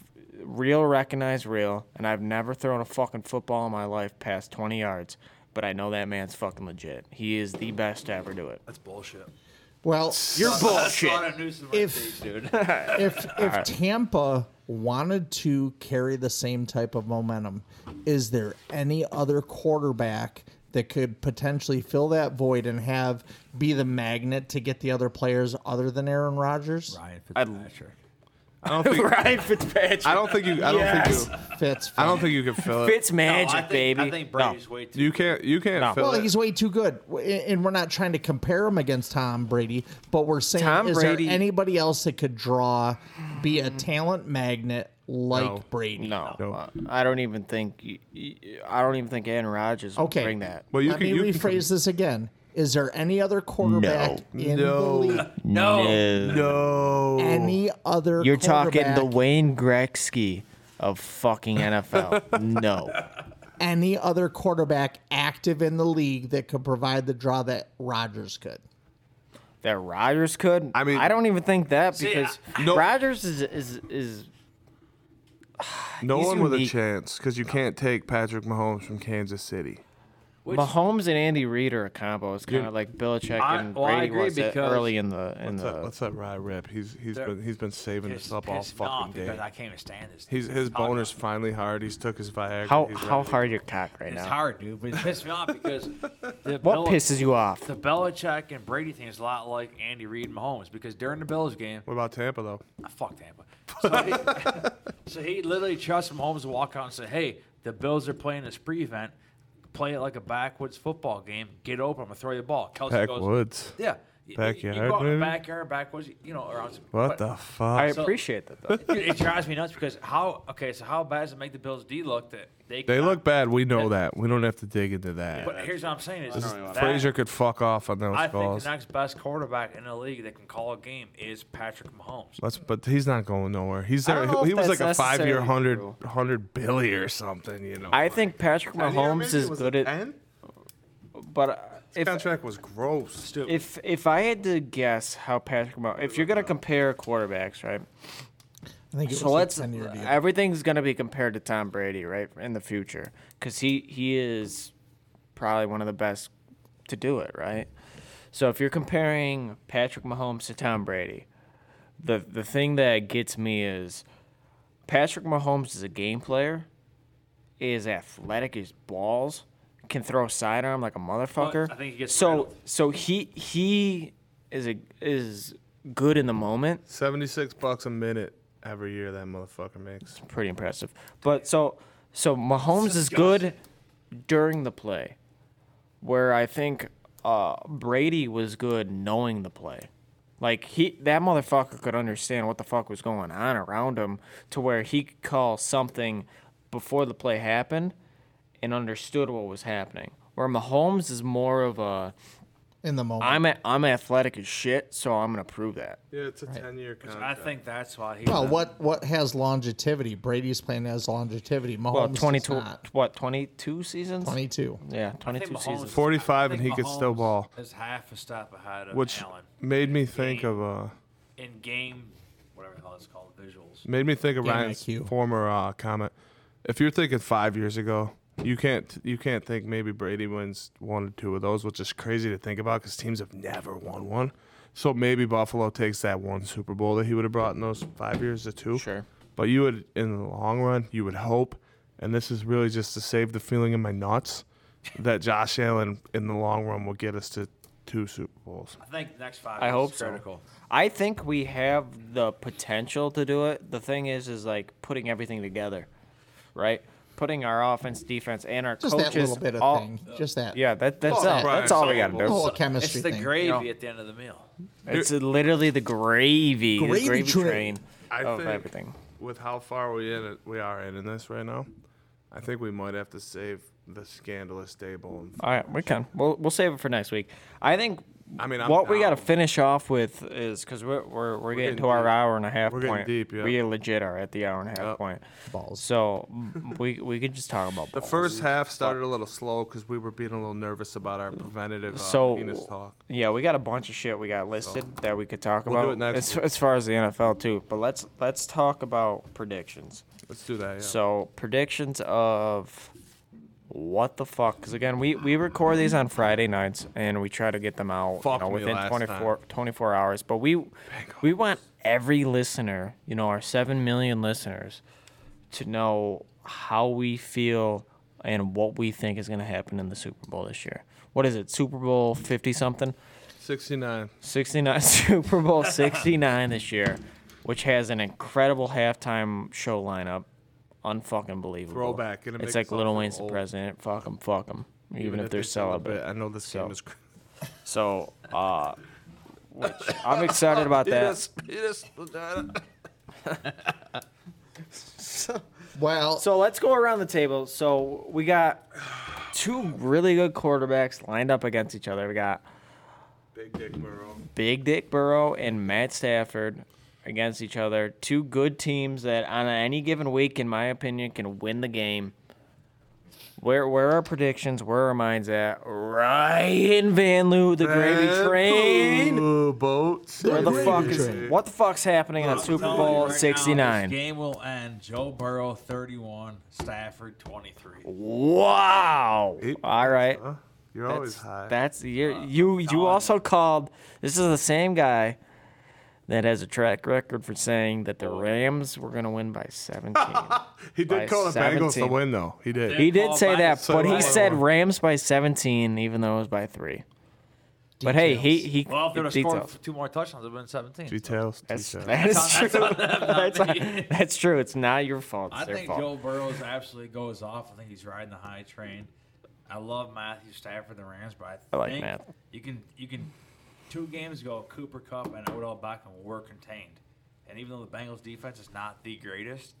real recognize real, and I've never thrown a fucking football in my life past 20 yards. But I know that man's fucking legit. He is the best to ever do it. That's bullshit. Well, You're bullshit. if if if Tampa wanted to carry the same type of momentum, is there any other quarterback that could potentially fill that void and have be the magnet to get the other players other than Aaron Rodgers? Ryan Fitzpatrick. I don't <laughs> think. <laughs> Ryan Fitzpatrick. I don't think you. I don't think you. Fits. I don't think you can fill it. Fitz magic, I think, baby. I think Brady's way too. You can't. You can't No. fill Well, it. he's way too good, W- and we're not trying to compare him against Tom Brady, but we're saying Tom is Brady- there anybody else that could draw, be a talent magnet like Brady? No, uh, I don't even think. y- y- I don't even think Aaron Rodgers would Okay. bring that. well, you Let can. me You can, rephrase this again. Is there any other quarterback in the No. league? No, no. Any other? you're talking the quarterback- Wayne Gretzky of fucking NFL. no, Any other quarterback active in the league that could provide the draw that Rodgers could? that Rodgers could. I mean- I don't even think that because No. Rodgers is is is No He's one with a unique. chance because you can't take Patrick Mahomes from Kansas City. Mahomes and Andy Reid are a combo. It's kind of like Belichick I- and well, I Brady agree was it because- early in the in What's the. that? What's that? Rye Rip. He's he's They're been he's been saving this pissed- up all uh, pissed me off fucking Because day. I can't even stand this. He's his Talking boner's finally hard. He's took his Viagra. how He's how ready. hard your cock right It's now? hard, dude. But about- It it's pissed me off <laughs> because the What Bel- pisses you off? The Belichick and Brady thing is a lot like Andy Reid and Mahomes because during the Bills game, What about Tampa though? ah, fuck Tampa. So <laughs> he, so he literally trusts Mahomes to walk out and say, "Hey, the Bills are playing this spree event. Play it like a backwoods football game. Get open. I'm gonna throw you the ball." Kelsey Pack goes, Woods. "Yeah, You- you- You Backyard, go out in the maybe? backyard, backwoods. You know, or out- but- What the I fuck? appreciate that though. Dude, it drives me nuts because how okay, so how bad does it make the Bills D look that they They cannot- look bad. We know that. We don't have to dig into that. But here's what I'm saying is that Frazier could fuck off on those I think calls. the next best quarterback in the league that can call a game is Patrick Mahomes. Let's, but he's not going nowhere. He's I don't there. know He if was like that's a five-year, necessarily hundred, true. hundred Billy or something. You know. I think Patrick Mahomes is good at, but uh, His if contract was gross. if if I had to guess how Patrick Mahomes, if you're gonna compare quarterbacks, right? I think it So was let's a ten-year deal. everything's gonna be compared to Tom Brady, right, in the future, because he he is probably one of the best to do it, right? So if you're comparing Patrick Mahomes to Tom Brady, the the thing that gets me is Patrick Mahomes is a game player, is athletic as balls, can throw sidearm like a motherfucker. I think he gets so rattled. so he he is a is good in the moment. Seventy-six bucks a minute every year that motherfucker makes. pretty impressive. But so so Mahomes is good during the play, where I think uh, Brady was good knowing the play. Like he that motherfucker could understand what the fuck was going on around him to where he could call something before the play happened and understood what was happening. Where Mahomes is more of a in the moment. I'm a, I'm athletic as shit, so I'm gonna prove that. Yeah, it's a ten-year contract. I think that's why he. well, what what has longevity? Brady's playing has longevity. Mahomes Well, does 22 not. what 22 seasons? Twenty-two. Yeah, I think 22 Mahomes- seasons. Forty-five, I and think he could still Mahomes ball, Is half a step ahead of which Allen made me think of uh, in game, whatever the hell it's called, visuals. made me think of Game Ryan's IQ. former uh, comment. If you're thinking five years ago, you can't you can't think maybe Brady wins one or two of those, which is crazy to think about because teams have never won one. So maybe Buffalo takes that one Super Bowl that he would have brought in those five years to two. Sure. But you would, in the long run, you would hope, and this is really just to save the feeling in my nuts, that Josh Allen in the long run will get us to two Super Bowls. I think next five. I years hope is so. critical. I think we have the potential to do it. The thing is, is like putting everything together, right? Putting our offense, defense, and our Just coaches. that little bit of all- thing. Just that. Yeah, that, that's all. Brian that's all we got to The do. whole It's chemistry the thing. gravy Yeah. at the end of the meal. It's literally the gravy, the Gravy gravy train. train, I of think- Oh, everything. with how far we in it, we are in in this right now, I think we might have to save the scandalous day bowl. All right, we can. We'll we'll save it for next week. I think. I mean, I'm what we got to down. finish off with is because we're, we're we're getting, getting to our deep. hour and a half We're getting point. deep, yeah. We legit are at the hour and a half Yep. point. Balls. So <laughs> we we could just talk about The balls. first half started a little slow because we were being a little nervous about our preventative uh, So penis talk. yeah, we got a bunch of shit we got listed that we could talk We'll do about it next as, week. as far as the NFL too. But let's let's talk about predictions. Let's do that. Yeah. So predictions of what the fuck? Because again, we, we record these on Friday nights and we try to get them out you Fuck know, me within last 24, 24 hours. But we we want every listener, you know, our seven million listeners, to know how we feel and what we think is going to happen in the Super Bowl this year. What is it? Super Bowl fifty something. 69. 69 <laughs> Super Bowl 69 this year, which has an incredible halftime show lineup. Unfucking believable. Throwback, gonna make It's like us all Little feel Wayne's the old. president. Fuck 'em, fuck 'em, Even, if they're celibate. I know this So- game is. cr- <laughs> So, uh, which I'm excited <laughs> about that. Penis, penis, vagina. Well, So let's go around the table. So we got two really good quarterbacks lined up against each other. We got Big Dick Burrow. Big Dick Burrow and Matt Stafford against each other. Two good teams that on any given week, in my opinion, can win the game. Where where are predictions? Where are minds at? Ryan Van Loo, the gravy train. Ooh, boat. Where the Gravy fuck is train. what the fuck's happening on Super Bowl sixty This nine? game will end Joe Burrow 31, Stafford 23. Wow. Eight All right. You're always That's high. that's you're, you you also called. This is the same guy that has a track record for saying that the Rams were going to win by 17. he by did call the Bengals to 17. win, though. He did. he did say that, So but he what? said Rams by 17, even though it was by three. But hey, he he Well, if they would have scored details. f- two more touchdowns, it would have been 17. Details. That's, details. that is true. <laughs> That's, that's true. It's not your fault. It's I their think fault. Joe Burrows absolutely goes off. I think he's riding the high train. I love Matthew Stafford, the Rams, but I, think I like Matt. you can you can two games ago Cooper Cup and Odell Beckham were contained, and even though the Bengals defense is not the greatest,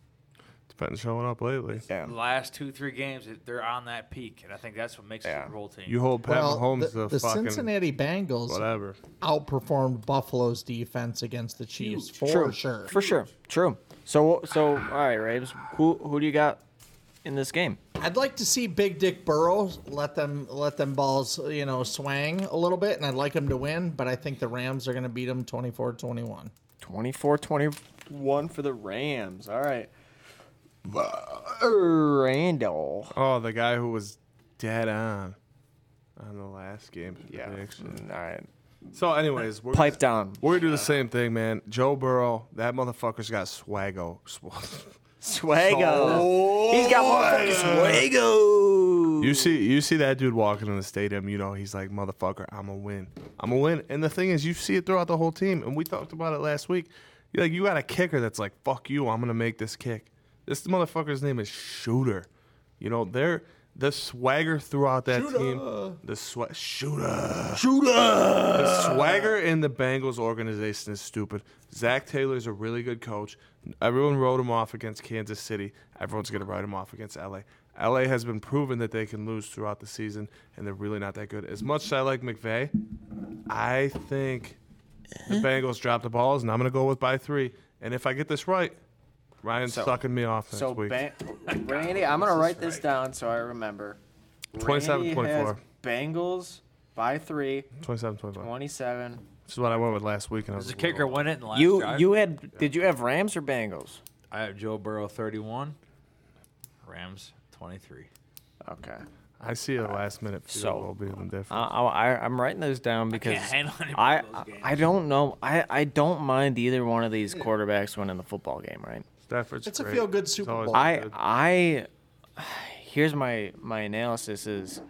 It's been showing up lately. Yeah. The last two, three games, it- they're on that peak, and I think that's what makes the Yeah. Super Bowl team. You hold Pat well, Mahomes the, to the fucking Cincinnati Bengals whatever. outperformed Buffalo's defense against the Chiefs for True. sure. For sure. True. So so all right, Rams. Who who do you got in this game? I'd like to see Big Dick Burrow let them let them balls, you know, swang a little bit, and I'd like him to win, but I think the Rams are going to beat him 24-21. 24 21 for the Rams. All right. Randall. Oh, the guy who was dead on on the last game. Yeah. prediction. All right. So, anyways, we're Pipe down. We're gonna do the same thing, man. Joe Burrow, that motherfucker's got swaggo. <laughs> Swago. He's got motherfucking Swago. You see, you see that dude walking in the stadium. You know, he's like, motherfucker, I'm a win. I'm a win. And the thing is, you see it throughout the whole team. And we talked about it last week. You're like, you got a kicker that's like, fuck you, I'm gonna make this kick. This motherfucker's name is Shooter. You know, they're the swagger throughout that team. The swa- Shooter. The swagger in the Bengals organization is stupid. Zach Taylor's a really good coach. Everyone wrote him off against Kansas City. Everyone's going to write him off against LA. LA has been proven that they can lose throughout the season, and they're really not that good. As much as I like McVay, I think the Bengals drop the balls, and I'm going to go with by three. And if I get this right, Ryan's sucking me off next So, week. Ban- Randy, I'm going to write this down so I remember. 27, Randy has 24. Bengals by three, 27 25. 27. This is what I went with last week. And I was Does the a little- kicker win it in the last You drive? you had did you have Rams or Bengals? I have Joe Burrow 31, Rams 23. Okay. I see a last minute field So, uh, goal being the difference. I, I I- I'm writing those down because handle any more I of those I, games. I don't know I, I don't mind either one of these quarterbacks winning the football game, right? Stafford's It's a great. feel-good He's Super always Bowl. been I good. I <sighs> here's my my analysis is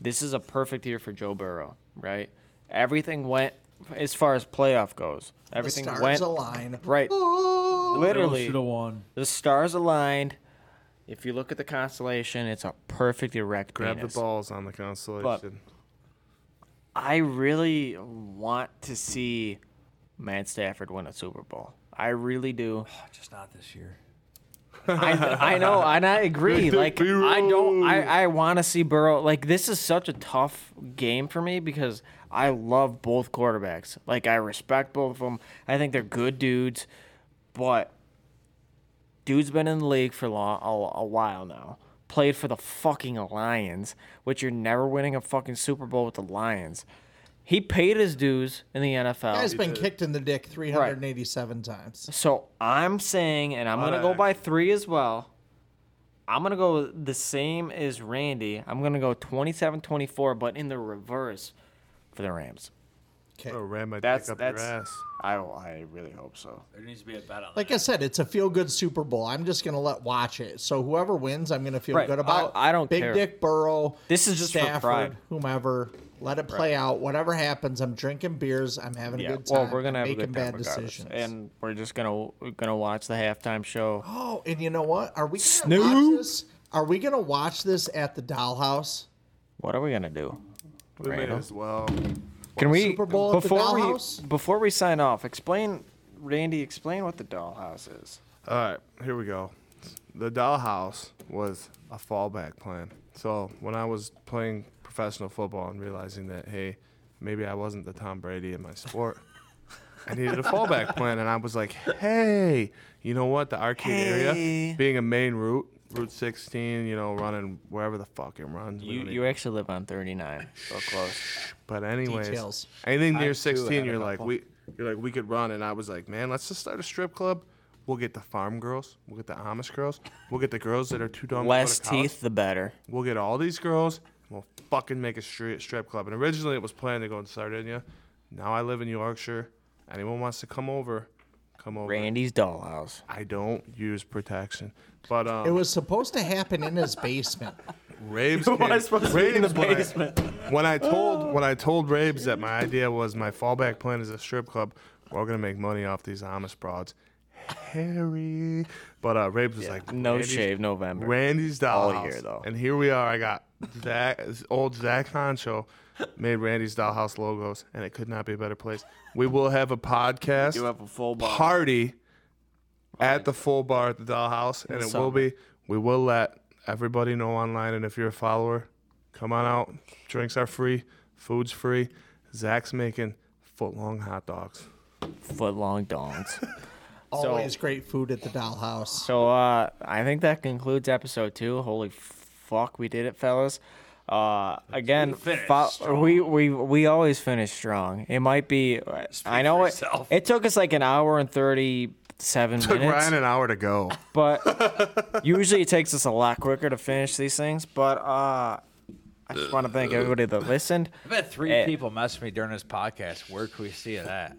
this is a perfect year for Joe Burrow, right? Everything went as far as playoff goes. The Everything stars went align. right. Literally, should have won. the stars aligned. If you look at the constellation, it's a perfect erect grab penis. the balls on the constellation. I really want to see Matt Stafford win a Super Bowl. I really do. Just not this year. I, I know, and I agree. Like I don't, I, I want to see Burrow. Like this is such a tough game for me because I love both quarterbacks. Like I respect both of them. I think they're good dudes, but dude's been in the league for long, a, a while now. Played for the fucking Lions, which you're never winning a fucking Super Bowl with the Lions. He paid his dues in the NFL. Guy's been kicked in the dick 387 times. So I'm saying, and I'm gonna go by three as well. I'm gonna go the same as Randy. I'm gonna go 27-24, but in the reverse for the Rams. Oh, ram my That's- dick up that's- your ass. I, I really hope so. There needs to be a bet on Like that. I said, it's a feel good Super Bowl. I'm just gonna let watch it. So whoever wins, I'm gonna feel Right. good about. I- I don't Big care. Dick Burrow. This is just for Stafford, pride. whomever. Let it play out. Whatever happens, I'm drinking beers. I'm having a good time. Well, we're gonna I'm have a making good time bad regardless, decisions. and we're just gonna we're gonna watch the halftime <gasps> show. oh, and you know what? Are we gonna watch Snoop. this? Are we gonna watch this at the Dollhouse What are we gonna do? We may Randall? as well. Can we Super Bowl at the before we dollhouse? before we sign off? Explain, Randy. Explain what the dollhouse is. All right, here we go. The dollhouse was a fallback plan. So when I was playing professional football and realizing that, hey, maybe I wasn't the Tom Brady in my sport, I needed a fallback <laughs> plan. And I was like, hey, you know what? The arcade Hey. area, being a main route, Route 16, you know, running wherever the fuck it runs. we You don't you actually live on 39, so close. but anyways, Details. anything near had 16, a you're like couple. we, you're like we could run, and I was like, man, let's just start a strip club. We'll get the farm girls, we'll get the Amish girls, we'll get the girls that are too dumb. to go to Less college. teeth, the better. We'll get all these girls. and We'll fucking make a street strip club. And originally it was planned to go in Sardinia. Now I live in Yorkshire. Anyone wants to come over, come over. Randy's dollhouse. I don't use protection, but um, It was supposed to happen in his basement. <laughs> Rabes came- Rabes when I- When I told when I told Rabes that my idea was my fallback plan is a strip club, we're gonna make money off these Amish broads. Harry, but uh, Rabes was like, No Randy's- shave November. Randy's All dollhouse. year, though. And here we are. I got Zach, old Zach Honcho made Randy's dollhouse logos, and it could not be a better place. We will have a podcast You have a full bar. party at the full bar at the dollhouse and it will be we will let everybody know online and if you're a follower come on out drinks are free food's free zach's making foot long hot dogs Foot long dongs. <laughs> Always great food at the Dollhouse. so uh, I think that concludes episode two. Holy fuck, we did it, fellas. Uh, again, fo- we we we always finish strong. It might be. I know for it. yourself. It took us like an hour and thirty-seven took <laughs> minutes. ryan an hour to go but usually it takes us a lot quicker to finish these things. But uh, I just want to thank everybody that listened. I bet three Eh. people messaged me during this podcast. Where could we see that?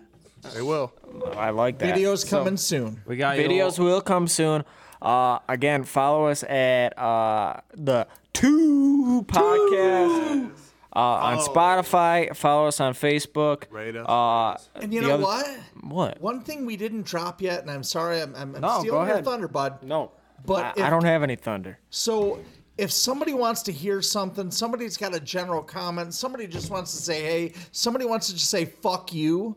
they will I like that. Videos So, coming soon. We got you Videos will come soon. Uh, again, follow us at uh, the Two Podcast uh, on Spotify. Follow us on Facebook. Rate us, Uh, And you the know other- what? What? One thing we didn't drop yet, and I'm sorry, I'm, I'm, I'm No, go stealing your ahead. thunder, bud. No, But I, I if- don't have any thunder. So if somebody wants to hear something, somebody's got a general comment, somebody just wants to say, hey, somebody wants to just say, fuck you,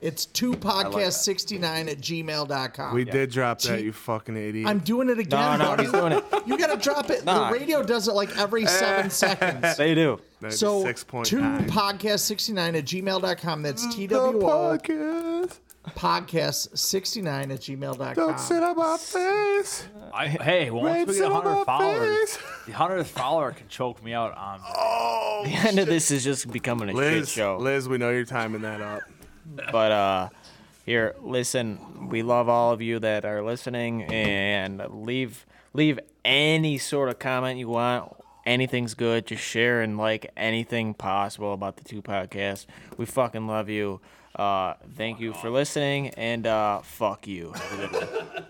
it's 2podcast69 at gmail.com. we did drop that Gee. you fucking idiot I'm doing it No, again. no, buddy. he's doing it. <laughs> You got to drop it. Nah. The radio does it like <laughs> every seven seconds. They do. So 96.9. two podcast69 at gmail.com. That's the TWO podcast podcast69 at gmail.com. don't sit on my face I, hey, once Rape we get some of 100 my followers, face. the 100th follower can choke me out on. oh The end of <laughs> this is just becoming a shit liz show. liz we know you're timing that up <laughs> But uh here, listen, we love all of you that are listening and leave leave any sort of comment you want. Anything's good. Just share and like anything possible about the two podcasts. We fucking <laughs> love you. Uh, thank you for listening and uh, fuck you. Have a good one.